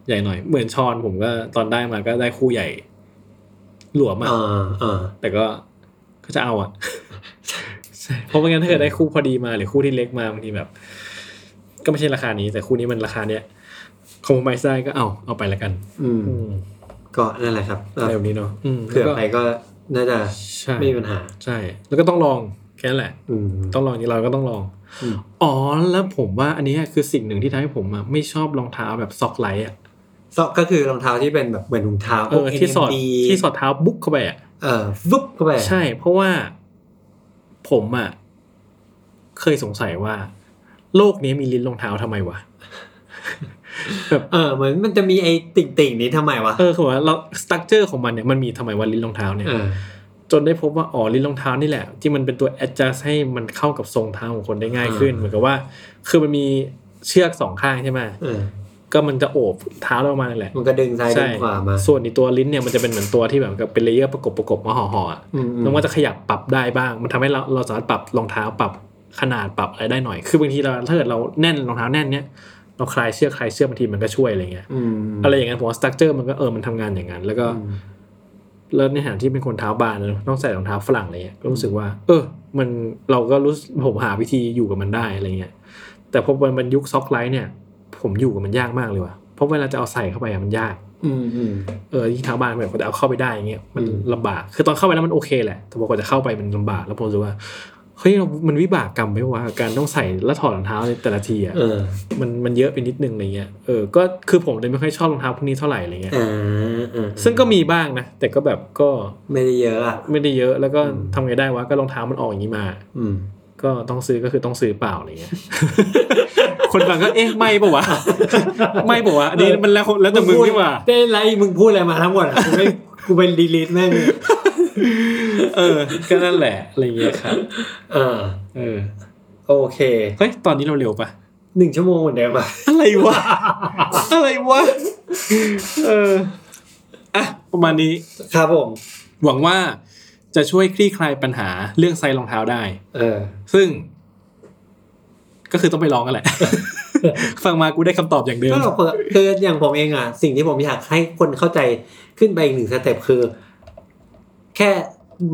ใหญ่หน่อย เหมือนชอนผมก็ตอนได้มาก็ได้คู่ใหญ่ หลวมอะ
อ่าอ่า
แต่ก็ก็จะเอาอ่ะใช่เพราะไม่งั้นถ้าเกิดได้คู่พอดีมาหรือคู่ที่เล็กมาบางทีแบบ ก็ไม่ใช่ราคานี้ แต่คู่นี้มันราคาเนี้ยคอม p r o ไ i ส์ได้ก็เอาเอาไปละกัน
อืม
อืม
ก็นั่นแหละครับเอ่อ
อะไรแบบนี้เนาะอืม
เผื่อไปก็น่าจะ
ใช่
ไม่มีปัญหา
ใช่ แล้วก็ต้องลองแค่นั้นแหละ
อืม
ต้องลองอย่างนี้เราก็ต้องลอง
อืม
อ๋อ แล้วผมว่าอันเนี้ยคือสิ่งหนึ่งที่ทำให้ผมอะไม่ชอบรองเท้าแบบซอกไลท์อะ
ซอกก็คือรองเท้าที่เป็นแบบเหมือนถุงเท้า
เออที่สอดที่สอดเท้าบุ๊กเข้าไปอะ
เออวุบเข้าไป
ใช่ เพราะว่าผมอะเคยสงสัยว่า โลกนี้มีลิ้นรองเท้าทำไมวะ
เออเหมือนมันจะมีไอ้ติ่งติ่งๆนี้ทำไมวะ
เออคือว่าเราสตั๊กเจอร์ของมันเนี่ยมันมีทำไมว่าลิ้นรองเท้าเนี่ย
เออ
จนได้พบว่าอ๋อลิ้นรองเท้านี่แหละ ที่มันเป็นตัว adjust ให้มันเข้ากับทรงเท้าของคนได้ง่ายขึ้น
อ่า
เหมือนกับว่า คือมันมีเชือกสองข้างใช่ไหม
เออ
ก็มันจะโอบเท้าเรามานั่นแหละ
มันก็ดึงซ้ายดึ
ใช่
งขวามา
ส่วนในตัวลิ้นเนี่ยมันจะเป็นเหมือนตัวที่แบบกับเป็นเลเยอร์ประกบประกบมาห่อห่อๆอะ
อือื
แล้วมันก็จะขยับปรับได้บ้าง มันทำให้เราเราสามารถปรับรองเท้าปรับขนาดปรับอะไรได้หน่อย คือบางทีเราถ้าเกิดเราแน่นรองเท้าแน่นเนี่ยเราคลายเชือกคลายเชือกบางทีมันก็ช่วยอะไรเงี้ย
อืม
อะไรอย่างเงี้ยผมว่าสตั๊กเจอร์มันก็เออมันทำงานอย่างนั้นแล้วก็
อืม
แล้วในฐานะที่เป็นคนเท้าบานนะต้องใส่รองเท้าฝรั่งอะไรเงี้ยก็รู้สึกว่า เออ มันเราก็รู้สึกผมหาวิธีอยู่กับมันได้อะไรเงี้ยแต่พอมันมันยุคซ็อกไลท์เนี่ย ผมอยู่กับมันยากมากเลยว่ะเพราะเวลาจะเอาใส่เข้าไปอะมันยาก
อืมอืม
เออที่เท้าบานแบบกว่าจะเอาเข้าไปได้อย่างเงี้ยมัน
อืม
ลำบากคือตอนเข้าไปแล้วมันโอเคแหละแต่พอกว่าจะเข้าไปมันลำบากแล้วผมรู้สึกว่าเฮ้ยเรามันวิบากกรรมไหมวะการต้องใส่และถอดรองเท้าในแต่ละทีอ่ะ
เออ
มันมันเยอะไปนิดนึงอะไรเงี้ยเออก็คือผมเลยไม่ค่อยชอบรองเท้าพวกนี้เท่าไหร่อะไรเงี้ย
อ่าอ่า
ซึ่งก็มีบ้างนะแต่ก็แบบก็
ไม่ได้เยอะอ่ะ
ไม่ได้เยอะแล้วก็
อืม
ทำไงได้วะก็รองเท้ามันออกอย่างนี้มา
อืม
ก็ต้องซื้อก็คือต้องซื้อเปล่าอะไรเงี้ย คนฟังก็เอ๊ะไม่ปะวะ ไม่ปะวะอันนี้มันแล้วแล้วแต่มึงนี่หว่า
ได้ไรมึงพูดอะไรมาทั้งหมดอ่ะกูไม่กูเป็นดีลิทแม่งเลย
เออก็นั่นแหละอะไรเงี้ยครับ
เออ
เออ
โอเค
เฮ้ยตอนนี้เราเร็วปะ
หนึ่งชั่วโมงเหมือนเดิมอ่ะ
อะไรวะ อะไรวะเอออ่ะประมาณนี้
ครับผม
หวังว่าจะช่วยคลี่คลายปัญหาเรื่องไซส์รองเท้าได้
เออ
ซึ่ง ก็คือต้องไปลองกันแห ละ ฟังมากูได้คำตอบอย่างเดิม
ก็เปิดคืออย่างผมเองอ่ะ สิ่งที่ผมอยากให้คนเข้าใจขึ้นไปอีกหนึ่งสเต็ปคือ แค่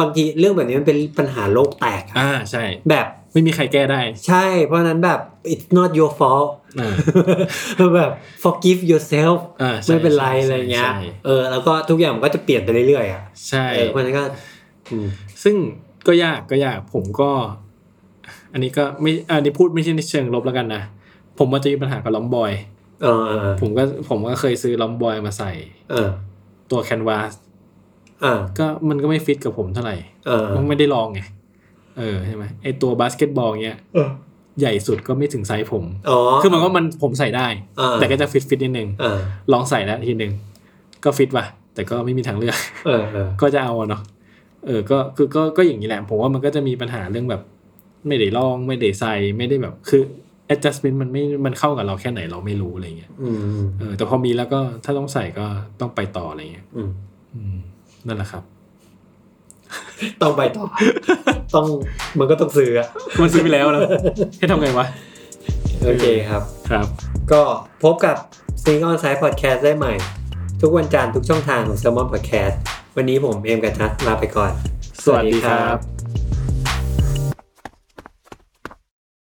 บางทีเรื่องแบบนี้มันเป็นปัญหาโลกแตกอะ
อ่าใช่
แบบ
ไม่มีใครแก้ได้
ใช่ เพราะฉะนั้นแบบ it's not your fault
อ่า
แบบ forgive yourself
อ่าใช่
ไม่เป็นไร
ใช่
อะไรเงี้ย
ใช่
เออ แล้วก็ทุกอย่างมันก็จะเปลี่ยนไปเรื่อยๆอ่ะ
ใช่
เออเพราะฉะนั้นก็อืม
ซึ่งก็ยากก็ยากผมก็ อันนี้ก็ไม่อันนี้พูดไม่ใช่ในเชิงลบแล้วกันนะ ผมมันจะมีปัญหากับล้อมบอย
เออเออ
ผมก็ผมก็เคยซื้อล้อมบอยมาใส่
เออ
ตัวแคนวาส
เออ
ก็มันก็ไม่ฟิตกับผมเท่าไหร่
เออ
มันไม่ได้ลองไงเออใช่ไหมไอตัวบาสเกตบอลเนี้ย
เออ
ใหญ่สุดก็ไม่ถึงไซส์ผม
อ๋อ
คือมันก็มันผมใส่ได้
อ่า
แต่ก็จะฟิตฟิตนิดนึง
เออ
ลองใส่แล้วทีนึงก็ฟิตว่ะ แต่ก็ไม่มีทางเลือก
เออเออ
ก็จะเอาอะเนาะ เออ ก็คือก็ ก็อย่างนี้แหละ ผมว่ามันก็จะมีปัญหาเรื่องแบบ ไม่ได้ลอง ไม่ได้ใส่ ไม่ได้แบบ คือ adjustment มันไม่ มันเข้ากับเราแค่ไหนเราไม่รู้อะไรเงี้ย
อืมอืม
เออ แต่พอมีแล้วก็ ถ้าต้องใส่ก็ต้องไปต่ออะไรเงี้ย
อืม
อืม นั่นแหละครับ
ต้องไปต่อ ต้องมันก็ต้องซื้ออะ
มันซื้อไปแล้วนะ ให้ทำไงวะ
โอเคครับ
ครับ
ก็พบกับ s i n g On Side Podcast ได้ใหม่ ทุกวันจันทร์ทุกช่องทางของ s ซ l m o n Podcast วันนี้ผมเอมกับทัศน์ลาไปก่อน
สวัสดีครับ